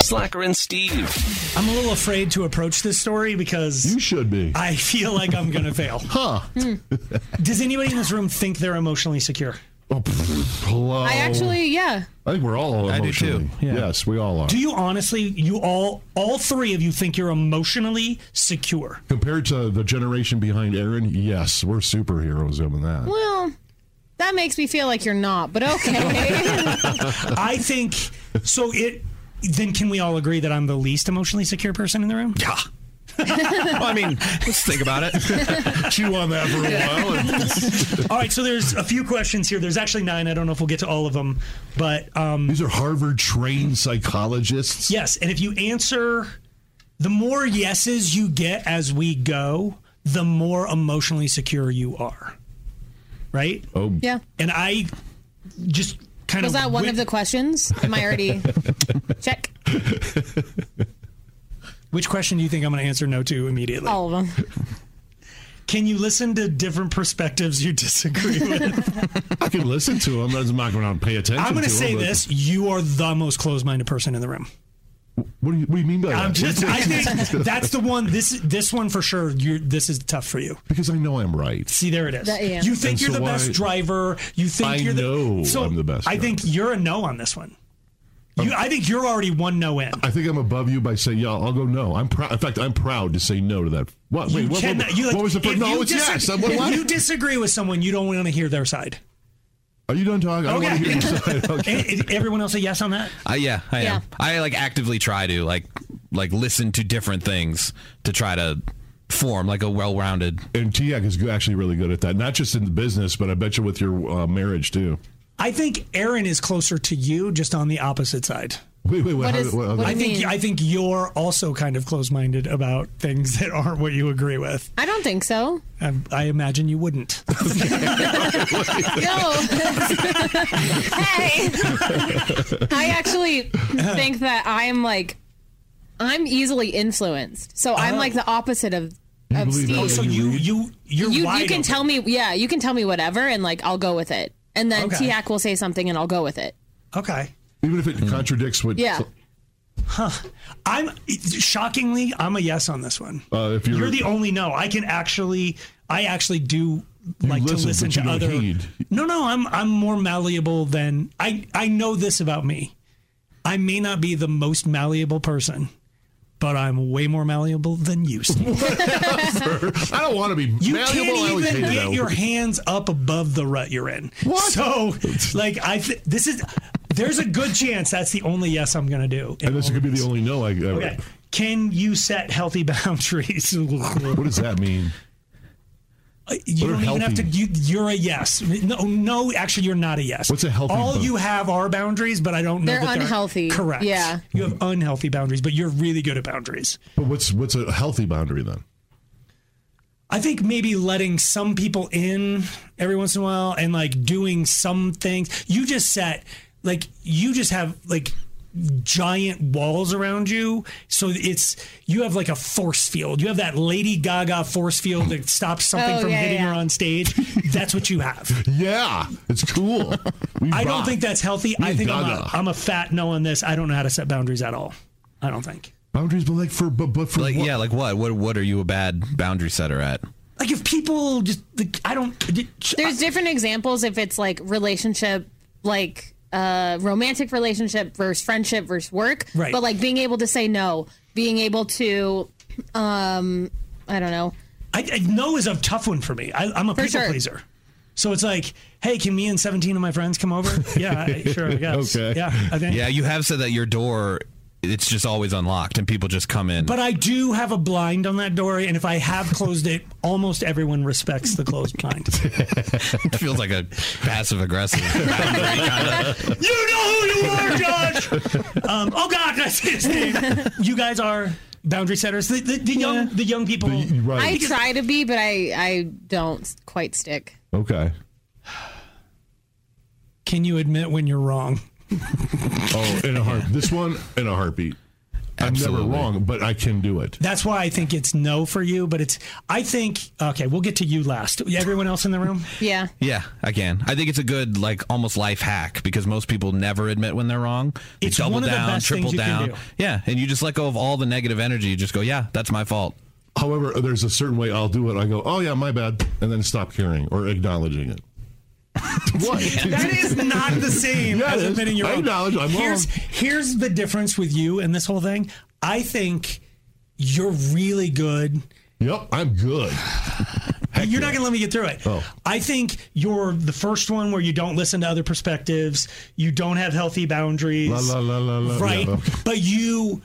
[SPEAKER 2] Slacker and Steve.
[SPEAKER 3] I'm a little afraid to approach this story because you
[SPEAKER 4] should be.
[SPEAKER 3] I feel like I'm going to fail.
[SPEAKER 4] Huh?
[SPEAKER 5] Hmm.
[SPEAKER 3] Does anybody in this room think they're emotionally secure?
[SPEAKER 4] Hello.
[SPEAKER 3] oh.
[SPEAKER 5] I actually, yeah.
[SPEAKER 4] I think we're all
[SPEAKER 3] I do
[SPEAKER 4] emotionally.
[SPEAKER 3] too. Yeah.
[SPEAKER 4] Yes, we all are.
[SPEAKER 3] Do you honestly, you all, all three of you think you're emotionally secure?
[SPEAKER 4] Compared to the generation behind Aaron, yes, we're superheroes in that.
[SPEAKER 5] Well, that makes me feel like you're not, but okay.
[SPEAKER 3] I think so. It then can we all agree that I'm the least emotionally secure person in the room?
[SPEAKER 6] Yeah. well, I mean, let's think about it.
[SPEAKER 4] Chew on that for
[SPEAKER 3] all right, so there's a few questions here. There's actually nine. I don't know if we'll get to all of them, but um,
[SPEAKER 4] these are Harvard trained psychologists.
[SPEAKER 3] Yes, and if you answer, the more yeses you get as we go, the more emotionally secure you are. Right?
[SPEAKER 4] Oh,
[SPEAKER 5] yeah.
[SPEAKER 3] And I just kind
[SPEAKER 5] Was
[SPEAKER 3] of
[SPEAKER 5] that one
[SPEAKER 3] wit-
[SPEAKER 5] of the questions? Am I already check
[SPEAKER 3] Which question do you think I'm going to answer no to immediately?
[SPEAKER 5] all of them?
[SPEAKER 3] Can you listen to different perspectives you disagree with?
[SPEAKER 4] I can listen to them. I'm not going to pay attention.
[SPEAKER 3] I'm going
[SPEAKER 4] to
[SPEAKER 3] to say
[SPEAKER 4] 'em, but-
[SPEAKER 3] this: you are the most closed-minded person in the room.
[SPEAKER 4] What do you, what do you mean by
[SPEAKER 3] I'm
[SPEAKER 4] that?
[SPEAKER 3] just. I think that's the one. This this one for sure. You're, this is tough for you.
[SPEAKER 4] because I know I'm right.
[SPEAKER 3] See, there it is.
[SPEAKER 4] That- yeah.
[SPEAKER 3] You think
[SPEAKER 4] And
[SPEAKER 3] you're
[SPEAKER 4] so
[SPEAKER 3] the
[SPEAKER 4] why-
[SPEAKER 3] best driver. You think
[SPEAKER 4] I
[SPEAKER 3] you're the,
[SPEAKER 4] know
[SPEAKER 3] so
[SPEAKER 4] I'm the best
[SPEAKER 3] I think you're a no on this one. You, I think you're already one no in.
[SPEAKER 4] Um, I think I'm above you by saying, "Yeah, I'll go no." I'm proud. In fact, I'm proud to say no to that. What?
[SPEAKER 3] you
[SPEAKER 4] Wait, what,
[SPEAKER 3] cannot.
[SPEAKER 4] what,
[SPEAKER 3] you like,
[SPEAKER 4] what was the
[SPEAKER 3] if
[SPEAKER 4] first? No,
[SPEAKER 3] you
[SPEAKER 4] it's
[SPEAKER 3] disagree-
[SPEAKER 4] yes. I'm, what,
[SPEAKER 3] if
[SPEAKER 4] what?
[SPEAKER 3] you disagree with someone, you don't want to hear their side.
[SPEAKER 4] Are you done talking? I don't want to hear your side. Okay.
[SPEAKER 3] And- and everyone else a yes on that?
[SPEAKER 6] Uh, yeah, I
[SPEAKER 3] Yeah.
[SPEAKER 6] am. I like actively try to like like listen to different things to try to form like a well-rounded.
[SPEAKER 4] And Tiak is actually really good at that. Not just in the business, but I bet you with your uh, marriage too.
[SPEAKER 3] I think Aaron is closer to you, just on the opposite side.
[SPEAKER 4] Wait, wait, wait, What how- is- what- what do
[SPEAKER 3] I
[SPEAKER 4] you
[SPEAKER 3] think
[SPEAKER 4] mean?
[SPEAKER 3] I think you're also kind of closed-minded about things that aren't what you agree with.
[SPEAKER 5] I don't think so.
[SPEAKER 3] I, I imagine you wouldn't.
[SPEAKER 5] No. hey. I actually think that I'm like, I'm easily influenced. So I'm like the opposite of, of Steve.
[SPEAKER 3] Oh, so you you you're
[SPEAKER 5] you,
[SPEAKER 3] wide
[SPEAKER 5] you can
[SPEAKER 3] open.
[SPEAKER 5] tell me, yeah, you can tell me whatever and like, I'll go with it. And then
[SPEAKER 4] Okay.
[SPEAKER 5] T-Hack will say something and I'll go with it.
[SPEAKER 3] Okay.
[SPEAKER 4] Even if it contradicts what.
[SPEAKER 5] Yeah.
[SPEAKER 3] Huh. I'm shockingly, I'm a yes on this one.
[SPEAKER 4] Uh, if
[SPEAKER 3] you're,
[SPEAKER 4] you're,
[SPEAKER 3] the only no. I can actually, I actually do like to
[SPEAKER 4] listen,
[SPEAKER 3] listen
[SPEAKER 4] but
[SPEAKER 3] to
[SPEAKER 4] you don't
[SPEAKER 3] other.
[SPEAKER 4] heed.
[SPEAKER 3] No, no, I'm I'm more malleable than I. I know this about me. I may not be the most malleable person, but I'm way more malleable than you. Steve.
[SPEAKER 4] I don't want to be
[SPEAKER 3] You
[SPEAKER 4] malleable. I
[SPEAKER 3] can't
[SPEAKER 4] always
[SPEAKER 3] even
[SPEAKER 4] hated
[SPEAKER 3] get
[SPEAKER 4] that
[SPEAKER 3] your
[SPEAKER 4] word.
[SPEAKER 3] hands up above the rut you're in.
[SPEAKER 4] What?
[SPEAKER 3] So, like, I th- this is there's a good chance that's the only yes I'm gonna do.
[SPEAKER 4] And this could be the only no I ever.
[SPEAKER 3] Okay. Can you set healthy boundaries? what
[SPEAKER 4] does that mean?
[SPEAKER 3] Uh, You
[SPEAKER 4] What are
[SPEAKER 3] don't even have to.
[SPEAKER 4] healthy-
[SPEAKER 3] You, you're a yes. No, no. Actually, you're not a yes. What's a
[SPEAKER 4] healthy
[SPEAKER 3] All
[SPEAKER 4] vote?
[SPEAKER 3] you have are boundaries, but I don't know.
[SPEAKER 5] They're
[SPEAKER 3] that
[SPEAKER 5] unhealthy.
[SPEAKER 3] Correct.
[SPEAKER 5] Yeah.
[SPEAKER 3] You have unhealthy boundaries, but you're really good at boundaries.
[SPEAKER 4] But what's what's a healthy boundary then?
[SPEAKER 3] I think maybe letting some people in every once in a while and like doing some things. You just set like you just have like giant walls around you so it's you have like a force field you have that lady gaga force field that stops something
[SPEAKER 4] Oh,
[SPEAKER 3] from
[SPEAKER 4] yeah,
[SPEAKER 3] hitting
[SPEAKER 4] yeah.
[SPEAKER 3] her on stage that's what you have
[SPEAKER 4] Yeah, it's cool. We
[SPEAKER 3] i don't
[SPEAKER 4] rock.
[SPEAKER 3] think that's healthy i
[SPEAKER 4] We
[SPEAKER 3] think I'm a,
[SPEAKER 4] Gaga.
[SPEAKER 3] I'm a fat no on this i don't know how to set boundaries at all i don't think
[SPEAKER 4] Boundaries, but like for but, but for
[SPEAKER 6] like yeah, like what? What what are you a bad boundary setter at?
[SPEAKER 3] like if people just like, i don't
[SPEAKER 5] There's different examples if it's like relationship, like uh, romantic relationship versus friendship versus work.
[SPEAKER 17] Right.
[SPEAKER 5] But like being able to say no, being able to, um, I don't know.
[SPEAKER 3] I, I no is a tough one for me. I, I'm a
[SPEAKER 5] For
[SPEAKER 3] people
[SPEAKER 5] sure.
[SPEAKER 3] pleaser. So it's like, hey, can me and 17 of my friends come over? Yeah, I- sure, I guess. Yeah, I think.
[SPEAKER 6] Yeah, you have said that your door it's just always unlocked and people just come in.
[SPEAKER 3] But I do have a blind on that door, and if I have closed it, almost everyone respects the closed blind.
[SPEAKER 6] it feels like a passive aggressive.
[SPEAKER 3] you know who you are, Josh! Um, oh, God, I see his name. You guys are boundary setters. The, the, the, young, the young people.
[SPEAKER 5] I try to be, but I I don't quite stick.
[SPEAKER 4] Okay.
[SPEAKER 3] Can you admit when you're wrong?
[SPEAKER 4] Oh, in a heart. This one in a heartbeat. I'm
[SPEAKER 3] Absolutely.
[SPEAKER 4] never wrong, but I can do it.
[SPEAKER 3] That's why I think it's no for you, but it's, I think, okay, we'll get to you last. Everyone else in the room?
[SPEAKER 5] Yeah.
[SPEAKER 6] Yeah, I can. I think it's a good like almost life hack because most people never admit when they're wrong. They
[SPEAKER 3] It's
[SPEAKER 6] double
[SPEAKER 3] one of the
[SPEAKER 6] down,
[SPEAKER 3] best
[SPEAKER 6] triple
[SPEAKER 3] things you can
[SPEAKER 6] down.
[SPEAKER 3] do.
[SPEAKER 6] Yeah, and you just let go of all the negative energy. You just go, yeah, that's my fault.
[SPEAKER 3] Oh.
[SPEAKER 4] However, there's a certain way I'll do it. I go, oh yeah, my bad, and then stop caring or acknowledging it.
[SPEAKER 3] That is not the same
[SPEAKER 4] Yeah, it
[SPEAKER 3] as
[SPEAKER 4] is.
[SPEAKER 3] admitting you're
[SPEAKER 4] I
[SPEAKER 3] wrong.
[SPEAKER 4] acknowledge I'm
[SPEAKER 3] here's,
[SPEAKER 4] wrong.
[SPEAKER 3] Here's the difference with you and this whole thing. I think you're really good.
[SPEAKER 4] Yep, I'm good.
[SPEAKER 3] you're not going to let me get through it.
[SPEAKER 4] Oh.
[SPEAKER 3] I think you're the first one where you don't listen to other perspectives. You don't have healthy boundaries.
[SPEAKER 4] La, la, la, la, la.
[SPEAKER 3] Right.
[SPEAKER 4] Yeah, okay.
[SPEAKER 3] But you,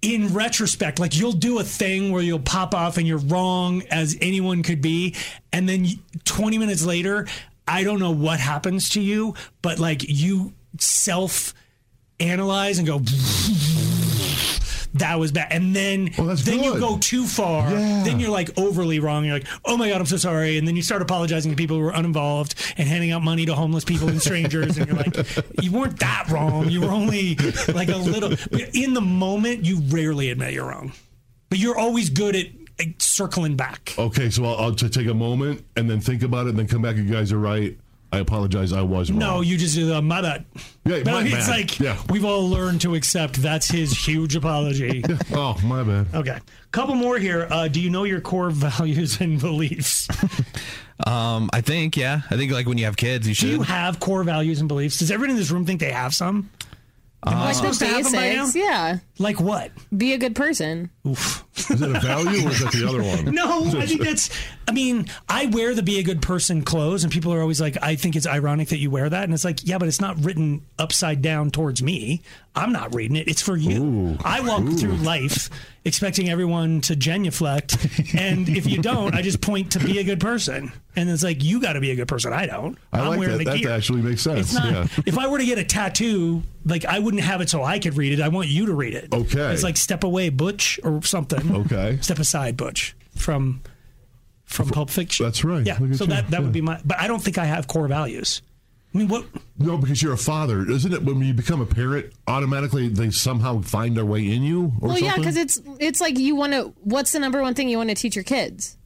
[SPEAKER 3] in retrospect, like you'll do a thing where you'll pop off and you're wrong as anyone could be. And then you- 20 minutes later, I don't know what happens to you, but like you self analyze and go, that was bad. And then then you go too far. Then you're like overly wrong. You're like, oh my God, I'm so sorry. And then you start apologizing to people who are uninvolved and handing out money to homeless people and strangers. and you're like, you weren't that wrong. You were only like a little. But in the moment, you rarely admit you're wrong. But you're always good at, at circling back.
[SPEAKER 4] Okay, so I'll, I'll t- take a moment and then think about it, and then come back. You guys are right. I apologize. I was wrong.
[SPEAKER 3] No, "Oh, you just do the my bad.
[SPEAKER 4] Yeah,
[SPEAKER 3] But
[SPEAKER 4] my
[SPEAKER 3] it's
[SPEAKER 4] bad.
[SPEAKER 3] like
[SPEAKER 4] Yeah.
[SPEAKER 3] we've all learned to accept that's his huge apology.
[SPEAKER 4] Oh my bad.
[SPEAKER 3] Okay, couple more here. Uh, do you know your core values and beliefs?
[SPEAKER 6] Um, I think yeah, I think like when you have kids,
[SPEAKER 3] Do
[SPEAKER 6] you should.
[SPEAKER 3] you have core values and beliefs? Does everyone in this room think they have some? Am I
[SPEAKER 6] Uh,
[SPEAKER 3] supposed to have them by now?
[SPEAKER 5] Basics, yeah.
[SPEAKER 3] Like what?
[SPEAKER 5] Be a good person.
[SPEAKER 4] Is that a value or is that the other one?
[SPEAKER 3] No, I think that's. I mean, I wear the be a good person clothes, and people are always like, I think it's ironic that you wear that. And it's like, yeah, but it's not written upside down towards me. I'm not reading it. It's for you. I walk through life expecting everyone to genuflect. and if you don't, I just point to be a good person. And it's like, you got to be a good person. I don't.
[SPEAKER 4] I
[SPEAKER 3] I'm
[SPEAKER 4] like
[SPEAKER 3] wearing
[SPEAKER 4] that.
[SPEAKER 3] the
[SPEAKER 4] That
[SPEAKER 3] gear.
[SPEAKER 4] actually makes sense.
[SPEAKER 3] It's not.
[SPEAKER 4] yeah.
[SPEAKER 3] If I were to get a tattoo, like I wouldn't have it so I could read it. I want you to read it.
[SPEAKER 4] Okay.
[SPEAKER 3] It's like step away, Butch, or something.
[SPEAKER 4] Okay.
[SPEAKER 3] Step aside, Butch, from from Pulp Fiction.
[SPEAKER 4] That's right.
[SPEAKER 3] Yeah.
[SPEAKER 4] Look at
[SPEAKER 3] So
[SPEAKER 4] you.
[SPEAKER 3] that that
[SPEAKER 4] Yeah.
[SPEAKER 3] would be my. But I don't think I have core values. I mean, what?
[SPEAKER 4] No, because you're a father, isn't it? When you become a parent, automatically they somehow find their way in you. Or
[SPEAKER 5] well, yeah,
[SPEAKER 4] something?
[SPEAKER 5] because it's it's like you want to. What's the number one thing you want to teach your kids?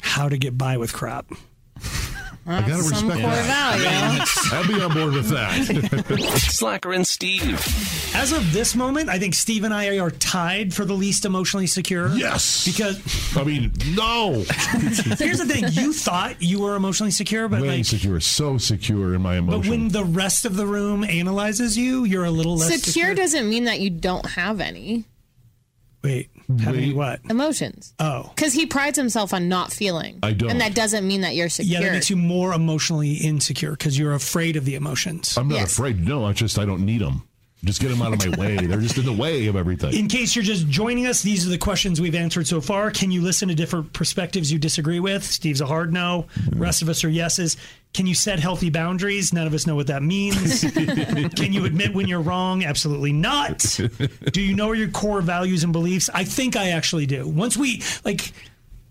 [SPEAKER 3] How to get by with crap.
[SPEAKER 4] I gotta
[SPEAKER 5] Some
[SPEAKER 4] respect
[SPEAKER 5] core
[SPEAKER 4] that. I'd be on board with that.
[SPEAKER 2] Slacker and Steve.
[SPEAKER 3] As of this moment, I think Steve and I are tied for the least emotionally secure.
[SPEAKER 4] Yes.
[SPEAKER 3] Because
[SPEAKER 4] I mean, no.
[SPEAKER 3] here's the thing: you thought you were emotionally secure, but
[SPEAKER 4] Way
[SPEAKER 3] like.
[SPEAKER 4] secure, so secure in my
[SPEAKER 3] But
[SPEAKER 4] emotion.
[SPEAKER 3] when the rest of the room analyzes you, you're a little less
[SPEAKER 5] Secure, doesn't mean that you don't have any
[SPEAKER 3] Wait, have any what?
[SPEAKER 5] emotions.
[SPEAKER 3] Oh.
[SPEAKER 5] Because he prides himself on not feeling.
[SPEAKER 3] I don't.
[SPEAKER 5] And that doesn't mean that you're secure.
[SPEAKER 3] Yeah, that makes you more emotionally insecure because you're afraid of the emotions.
[SPEAKER 4] I'm not afraid. No, I just I don't need them. Just get them out of my way. They're just in the way of everything.
[SPEAKER 3] In case you're just joining us, these are the questions we've answered so far. Can you listen to different perspectives you disagree with? Steve's a hard no. Rest of us are yeses. Can you set healthy boundaries? None of us know what that means. Can you admit when you're wrong? Absolutely not. Do you know your core values and beliefs? I think I actually do. Once we like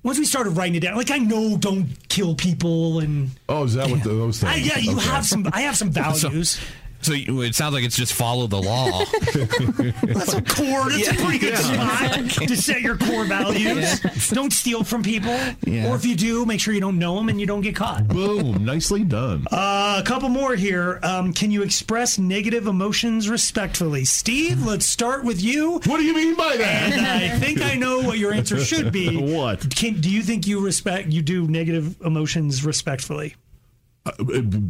[SPEAKER 3] once we started writing it down, like I know don't kill people and
[SPEAKER 4] Oh, is that what those things?
[SPEAKER 3] I, yeah, you
[SPEAKER 4] Okay.
[SPEAKER 3] have some I have some values.
[SPEAKER 6] So, so you- it sounds like it's just follow the law.
[SPEAKER 3] That's a core. That's a pretty good spot to set your core values. Don't steal from people,
[SPEAKER 4] Yeah.
[SPEAKER 3] or if you do, make sure you don't know them and you don't get caught.
[SPEAKER 4] Boom! Nicely done.
[SPEAKER 3] Uh, a couple more here. Um, can you express negative emotions respectfully, Steve? Let's start with you.
[SPEAKER 4] What do you mean by that?
[SPEAKER 3] And I think I know what your answer should be.
[SPEAKER 4] What?
[SPEAKER 3] Can, do you think you respect you do negative emotions respectfully?
[SPEAKER 4] Uh,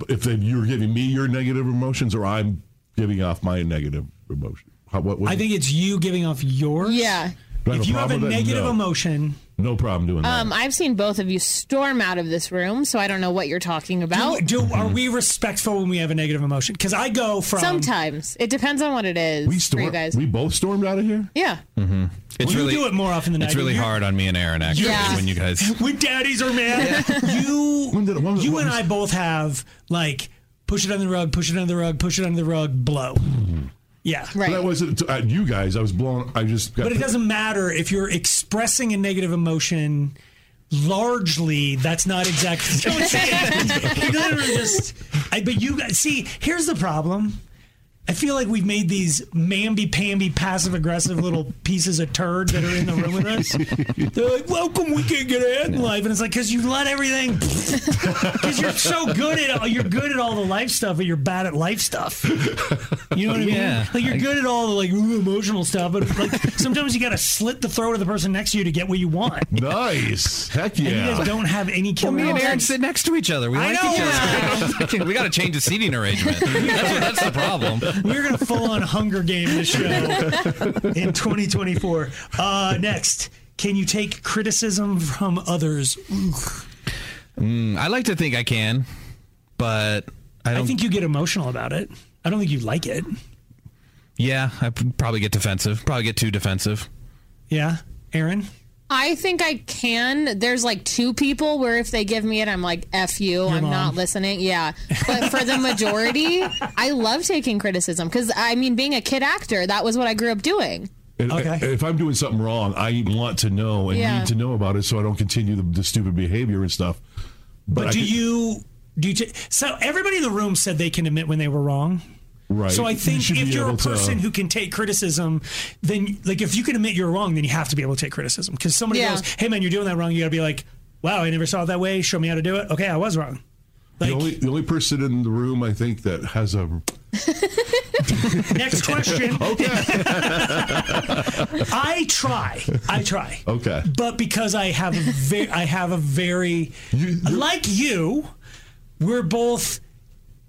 [SPEAKER 4] If then you're giving me your negative emotions, or I'm giving off my negative emotion. How, what, what,
[SPEAKER 3] I think it's you giving off yours.
[SPEAKER 5] Yeah.
[SPEAKER 4] Do I
[SPEAKER 3] If you have a
[SPEAKER 4] problem with that?
[SPEAKER 3] negative
[SPEAKER 4] No.
[SPEAKER 3] emotion,
[SPEAKER 4] no problem doing that.
[SPEAKER 5] Um, I've seen both of you storm out of this room, so I don't know what you're talking about.
[SPEAKER 3] do are we respectful when we have a negative emotion? Because I go from
[SPEAKER 5] Sometimes it depends on what it is
[SPEAKER 4] We
[SPEAKER 5] for you
[SPEAKER 4] storm.
[SPEAKER 5] guys.
[SPEAKER 4] We both stormed out of here.
[SPEAKER 5] yeah.
[SPEAKER 6] Mm-hmm. It's
[SPEAKER 3] Well, you
[SPEAKER 6] really
[SPEAKER 3] do it more often than I
[SPEAKER 6] it's
[SPEAKER 3] do.
[SPEAKER 6] really
[SPEAKER 3] You're-
[SPEAKER 6] hard on me and Aaron actually
[SPEAKER 3] Yeah.
[SPEAKER 6] when you guys.
[SPEAKER 3] when daddies are mad. You, you and I both have like push it under the rug, push it under the rug, push it under the rug, blow. Yeah,
[SPEAKER 4] But That wasn't uh, you guys. I was blown. I just. Got
[SPEAKER 3] But it doesn't matter if you're expressing a negative emotion. Largely, that's not exactly. Don't say that. You literally just. I, but you guys see. Here's the problem. I feel like we've made these mamby-pamby, passive-aggressive little pieces of turd that are in the room with us. They're like, "Welcome, we can't get ahead in life," and it's like, "Cause you let everything, because you're so good at you're good at all the life stuff, but you're bad at life stuff." You know what I mean?
[SPEAKER 6] Yeah.
[SPEAKER 3] Like you're good at all the like ooh, emotional stuff, but like sometimes you got to slit the throat of the person next to you to get what you want.
[SPEAKER 4] Nice. Heck yeah.
[SPEAKER 3] And you guys don't have any
[SPEAKER 6] Well,
[SPEAKER 3] killer.
[SPEAKER 6] me and Aaron
[SPEAKER 3] instincts.
[SPEAKER 6] sit next to each other. We
[SPEAKER 3] I
[SPEAKER 6] like each other. we got to change the seating arrangement. That's, what, that's the problem.
[SPEAKER 3] We're gonna full on Hunger Game this show in 2024. Uh, next, can you take criticism from others? Ooh.
[SPEAKER 6] Mm, I like to think I can, but I
[SPEAKER 3] I
[SPEAKER 6] don't.
[SPEAKER 3] think you get emotional about it. I don't think you like it.
[SPEAKER 6] yeah, I p- probably get defensive. Probably get too defensive.
[SPEAKER 3] Yeah, Aaron.
[SPEAKER 5] I think I can. There's like two people where if they give me it, I'm like, F you, I'm
[SPEAKER 3] mom.
[SPEAKER 5] not listening. Yeah. But for the majority, I love taking criticism because, I mean, being a kid actor, that was what I grew up doing.
[SPEAKER 4] And and If I'm doing something wrong, I want to know and
[SPEAKER 5] Yeah.
[SPEAKER 4] need to know about it so I don't continue the, the stupid behavior and stuff.
[SPEAKER 3] But,
[SPEAKER 4] I
[SPEAKER 3] do
[SPEAKER 4] could-
[SPEAKER 3] you do you? ta- so everybody in the room said they can admit when they were wrong.
[SPEAKER 4] Right.
[SPEAKER 3] So I
[SPEAKER 4] You
[SPEAKER 3] think
[SPEAKER 4] should
[SPEAKER 3] if
[SPEAKER 4] be
[SPEAKER 3] you're a
[SPEAKER 4] able to-
[SPEAKER 3] person who can take criticism, then like if you can admit you're wrong, then you have to be able to take criticism. Because somebody
[SPEAKER 5] Yeah.
[SPEAKER 3] goes, "Hey man, you're doing that wrong," you got to be like, "Wow, I never saw it that way. Show me how to do it." Okay, I was wrong.
[SPEAKER 4] the only the only person in the room I think that has a
[SPEAKER 3] Next question. I try. I try.
[SPEAKER 4] okay.
[SPEAKER 3] But because I have a very, I have a very, like you, we're both.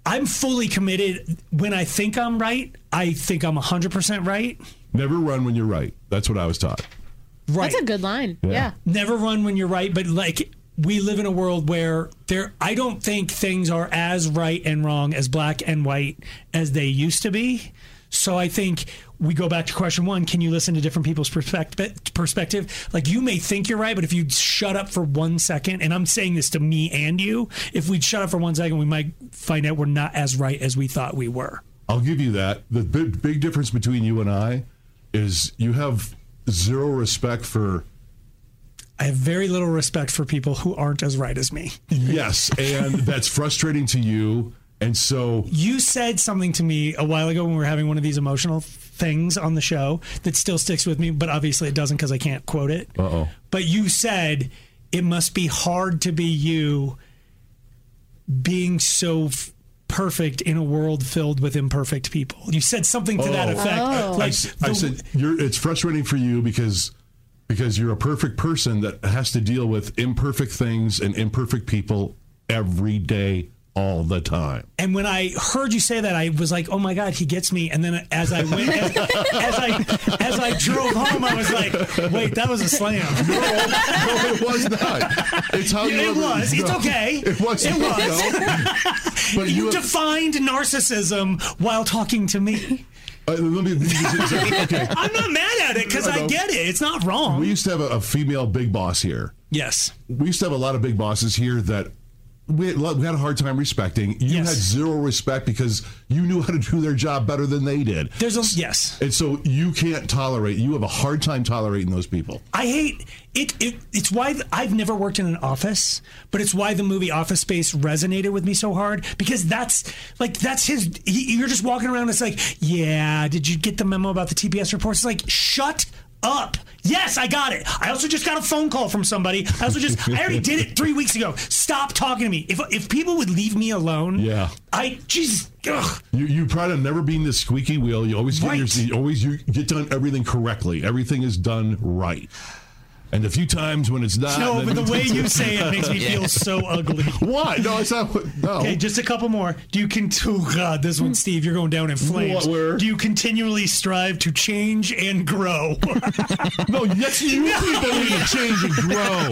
[SPEAKER 3] I'm fully committed. When I think I'm right, I think I'm 100% right.
[SPEAKER 4] Never run when you're right. That's what I was taught.
[SPEAKER 3] Right.
[SPEAKER 5] That's a good line.
[SPEAKER 4] Yeah.
[SPEAKER 5] Yeah.
[SPEAKER 3] Never run when you're right, but like we live in a world where there I don't think things are as right and wrong as black and white as they used to be. So I think we go back to question one, can you listen to different people's perspective perspective? Like you may think you're right, but if you shut up for 1 second and I'm saying this to me and you, if we'd shut up for 1 second, we might find out we're not as right as we thought we were.
[SPEAKER 4] I'll give you that. The big, big difference between you and I is you have zero respect for
[SPEAKER 3] I have very little respect for people who aren't as right as me.
[SPEAKER 4] yes, and that's frustrating to you. And so
[SPEAKER 3] You said something to me a while ago when we were having one of these emotional things on the show that still sticks with me, but obviously it doesn't because I can't quote it.
[SPEAKER 4] Uh oh.
[SPEAKER 3] But you said it must be hard to be you being so f- perfect in a world filled with imperfect people. You said something to that
[SPEAKER 4] Oh.
[SPEAKER 3] effect.
[SPEAKER 4] I, s- I said you're, it's frustrating for you because because you're a perfect person that has to deal with imperfect things and imperfect people every day, all the time.
[SPEAKER 3] And when I heard you say that, I was like, "Oh my god, he gets me!" And then as I went, as, as I as I drove home, I was like, "Wait, that was a slam." No,
[SPEAKER 4] it was not. It's how you
[SPEAKER 3] it
[SPEAKER 4] ever-
[SPEAKER 3] was. It's
[SPEAKER 4] no,
[SPEAKER 3] okay.
[SPEAKER 4] it was
[SPEAKER 3] It
[SPEAKER 4] not,
[SPEAKER 3] was.
[SPEAKER 4] no. But
[SPEAKER 3] you
[SPEAKER 4] you-
[SPEAKER 3] defined narcissism while talking to me.
[SPEAKER 4] Uh, let me, okay.
[SPEAKER 3] I'm not mad at it because I,
[SPEAKER 4] know.
[SPEAKER 3] get it. It's not wrong.
[SPEAKER 4] We used to have a, a female big boss here.
[SPEAKER 3] Yes.
[SPEAKER 4] We used to have a lot of big bosses here that we had, we had a hard time respecting. You had zero respect because you knew how to do their job better than they did.
[SPEAKER 3] There's a yes.
[SPEAKER 4] And so you can't tolerate. You have a hard time tolerating those people.
[SPEAKER 3] I hate it, it. It's why th- I've never worked in an office, but it's why the movie Office Space resonated with me so hard because that's like that's his. He, you're just walking around. It's like, yeah, did you get the memo about the TPS reports? It's like, shut up. Yes, I got it. I also just got a phone call from somebody. I also just I already did it three weeks ago. Stop talking to me. If if people would leave me alone,
[SPEAKER 4] Yeah.
[SPEAKER 3] I Jesus. Ugh.
[SPEAKER 4] You you pride on never being the squeaky wheel. You always get your,
[SPEAKER 3] Right.
[SPEAKER 4] you always you get done everything correctly. Everything is done right. And a few times when it's not.
[SPEAKER 3] No,
[SPEAKER 4] then-
[SPEAKER 3] but the way you say it makes me feel so ugly.
[SPEAKER 4] Why? No, it's not. No.
[SPEAKER 3] Okay, just a couple more. Do you can? Oh God, this one, Steve, you're going down in flames.
[SPEAKER 4] What were-
[SPEAKER 3] Do you continually strive to change and grow?
[SPEAKER 4] no, yes, you people need to change and grow.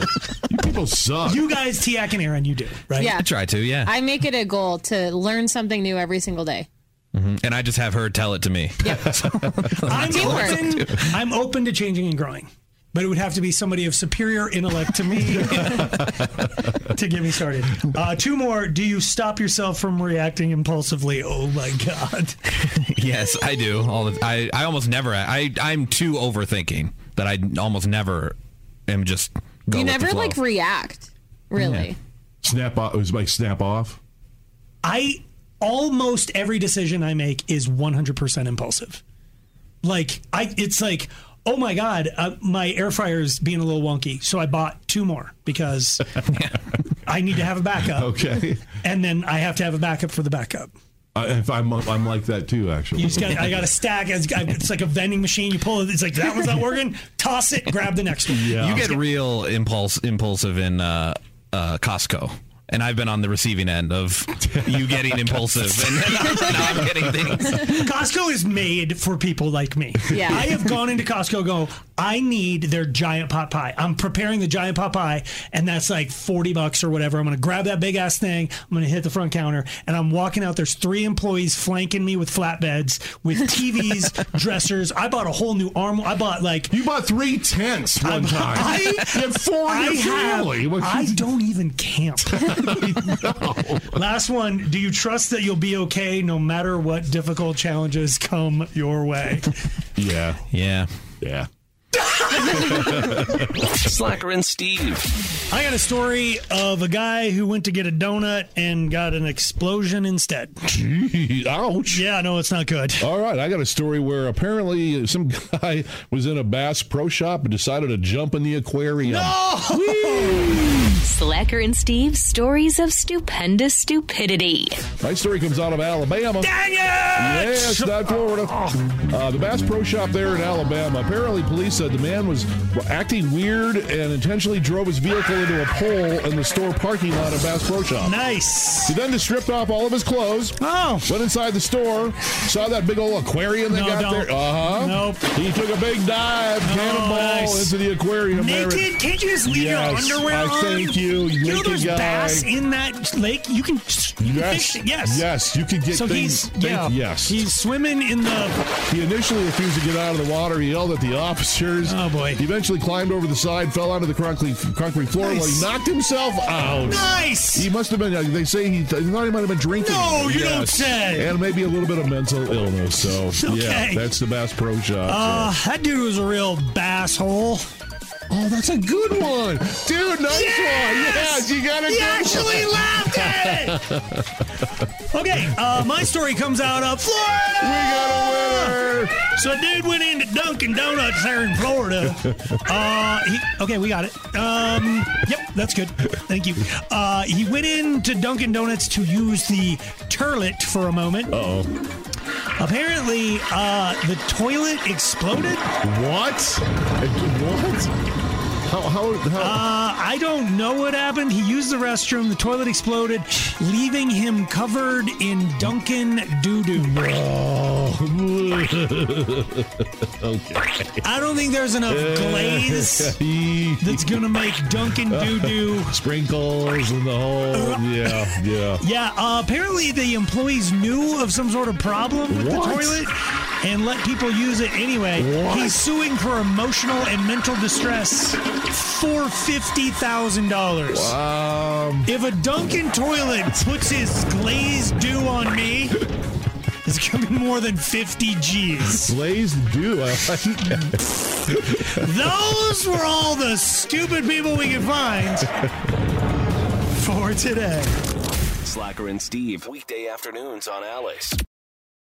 [SPEAKER 4] You people suck.
[SPEAKER 3] You guys, Tiak and Aaron, you do right.
[SPEAKER 5] Yeah. I
[SPEAKER 6] try to, yeah.
[SPEAKER 5] I make it a goal to learn something new every single day.
[SPEAKER 6] Mhm. And I just have her tell it to me.
[SPEAKER 3] Mm-hmm. I'm
[SPEAKER 5] Teamwork.
[SPEAKER 3] open. I'm open to changing and growing, but it would have to be somebody of superior intellect to me to get me started. Uh, two more. Do you stop yourself from reacting impulsively? Oh my God.
[SPEAKER 6] yes, I do. All the, I I almost never. I I'm too overthinking that I almost never am just. Go
[SPEAKER 5] you
[SPEAKER 6] with the
[SPEAKER 5] never
[SPEAKER 6] flow.
[SPEAKER 5] like react, really.
[SPEAKER 4] Snap off. It was like snap off.
[SPEAKER 3] I almost every decision I make is 100% impulsive. Like I, it's like, oh my god, uh, my air fryer is being a little wonky, so I bought two more because I need to have a backup.
[SPEAKER 4] Okay.
[SPEAKER 3] and then I have to have a backup for the backup.
[SPEAKER 4] I, if I'm I'm like that too. Actually,
[SPEAKER 3] You just got, I got to stack. It's it's like a vending machine. You pull it. It's like that one's not working. Toss it. Grab the next one.
[SPEAKER 6] You get real impulse impulsive in uh, uh, Costco. And I've been on the receiving end of you getting impulsive, and then I'm getting things.
[SPEAKER 3] Costco is made for people like me.
[SPEAKER 6] Yeah.
[SPEAKER 3] I have gone into Costco go, I need their giant pot pie. I'm preparing the giant pot pie and that's like 40 bucks or whatever. I'm going to grab that big ass thing. I'm going to hit the front counter and I'm walking out. There's three employees flanking me with flatbeds, with TVs, dressers. I bought a whole new arm. I bought like.
[SPEAKER 4] You bought three tents one time.
[SPEAKER 3] I,
[SPEAKER 4] You had four in
[SPEAKER 3] I
[SPEAKER 4] your
[SPEAKER 3] have-
[SPEAKER 4] family. What-
[SPEAKER 3] I don't even camp. Last one. Do you trust that you'll be okay no matter what difficult challenges come your way?
[SPEAKER 4] Yeah.
[SPEAKER 6] Yeah.
[SPEAKER 4] Yeah.
[SPEAKER 2] Slacker and Steve.
[SPEAKER 3] I got a story of a guy who went to get a donut and got an explosion instead.
[SPEAKER 4] ouch.
[SPEAKER 3] Yeah, no, it's not good.
[SPEAKER 4] All right, I got a story where apparently some guy was in a Bass Pro Shop and decided to jump in the aquarium.
[SPEAKER 17] Slacker and Steve's stories of stupendous stupidity.
[SPEAKER 4] Right story comes out of Alabama. Dang
[SPEAKER 3] it! Oh.
[SPEAKER 4] Yes, not Florida. Uh, the Bass Pro Shop there in Alabama. Apparently, police said the man was acting weird and intentionally drove his vehicle into a pole in the store parking lot of Bass Pro Shop.
[SPEAKER 3] Nice.
[SPEAKER 4] He then just stripped off all of his clothes.
[SPEAKER 3] Oh.
[SPEAKER 4] Went inside the store, saw that big old aquarium they
[SPEAKER 3] No,
[SPEAKER 4] got
[SPEAKER 3] don't.
[SPEAKER 4] there. Uh huh.
[SPEAKER 3] Nope. Oh,
[SPEAKER 4] He took a big dive, cannonball
[SPEAKER 3] nice.
[SPEAKER 4] into the aquarium. there.
[SPEAKER 3] Naked? Can't you just leave
[SPEAKER 4] Yes,
[SPEAKER 3] your underwear
[SPEAKER 4] I
[SPEAKER 3] on?
[SPEAKER 4] Thank you.
[SPEAKER 3] You know
[SPEAKER 4] naked
[SPEAKER 3] there's
[SPEAKER 4] guy.
[SPEAKER 3] bass in that lake? You can, you can
[SPEAKER 4] Yes.
[SPEAKER 3] fish. Yes.
[SPEAKER 4] Yes, you could get
[SPEAKER 3] So
[SPEAKER 4] things.
[SPEAKER 3] he's- yeah.
[SPEAKER 4] Yes.
[SPEAKER 3] He's swimming in the.
[SPEAKER 4] He initially refused to get out of the water. He yelled at the officers. Oh
[SPEAKER 3] boy!
[SPEAKER 4] He eventually climbed over the side, fell onto the concrete concrete floor,
[SPEAKER 3] Nice.
[SPEAKER 4] where he knocked himself out.
[SPEAKER 3] Nice.
[SPEAKER 4] He must have been. uh, They say he. They thought he might have been drinking.
[SPEAKER 3] No, you don't say.
[SPEAKER 4] And maybe a little bit of mental illness. So yeah,
[SPEAKER 3] Okay.
[SPEAKER 4] that's the Bass Pro Shop.
[SPEAKER 3] Uh, that dude was a real basshole.
[SPEAKER 4] Oh, that's a good one, dude. Nice
[SPEAKER 3] Yes!
[SPEAKER 4] one. Yes, you got it.
[SPEAKER 3] He actually laughed at it. Okay, uh, my story comes out of Florida. We
[SPEAKER 4] got a winner.
[SPEAKER 3] So a dude went into Dunkin' Donuts there in Florida. Uh, he, okay, we got it. Um, yep, that's good. Thank you. Uh, he went into Dunkin' Donuts to use the turlet for a moment.
[SPEAKER 4] Oh.
[SPEAKER 3] Apparently, uh, the toilet exploded.
[SPEAKER 4] What? What? How? How? how?
[SPEAKER 3] Uh, I don't know what happened. He used the restroom. The toilet exploded, leaving him covered in Dunkin' doo doo.
[SPEAKER 4] Oh, okay.
[SPEAKER 3] I don't think there's enough glaze that's gonna make Dunkin' Doo Doo.
[SPEAKER 4] Sprinkles and the whole. Yeah, yeah.
[SPEAKER 3] Yeah, uh, apparently the employees knew of some sort of problem with
[SPEAKER 4] What?
[SPEAKER 3] the toilet, and let people use it anyway. He's suing for emotional and mental distress for fifty thousand dollars.
[SPEAKER 4] Wow!
[SPEAKER 3] If a Dunkin' toilet puts his glaze dew on me. It's gonna be more than 50 G's.
[SPEAKER 4] Blaze do.
[SPEAKER 3] Those were all the stupid people we could find for today.
[SPEAKER 2] Slacker and Steve, weekday afternoons on Alice.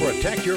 [SPEAKER 18] Protect your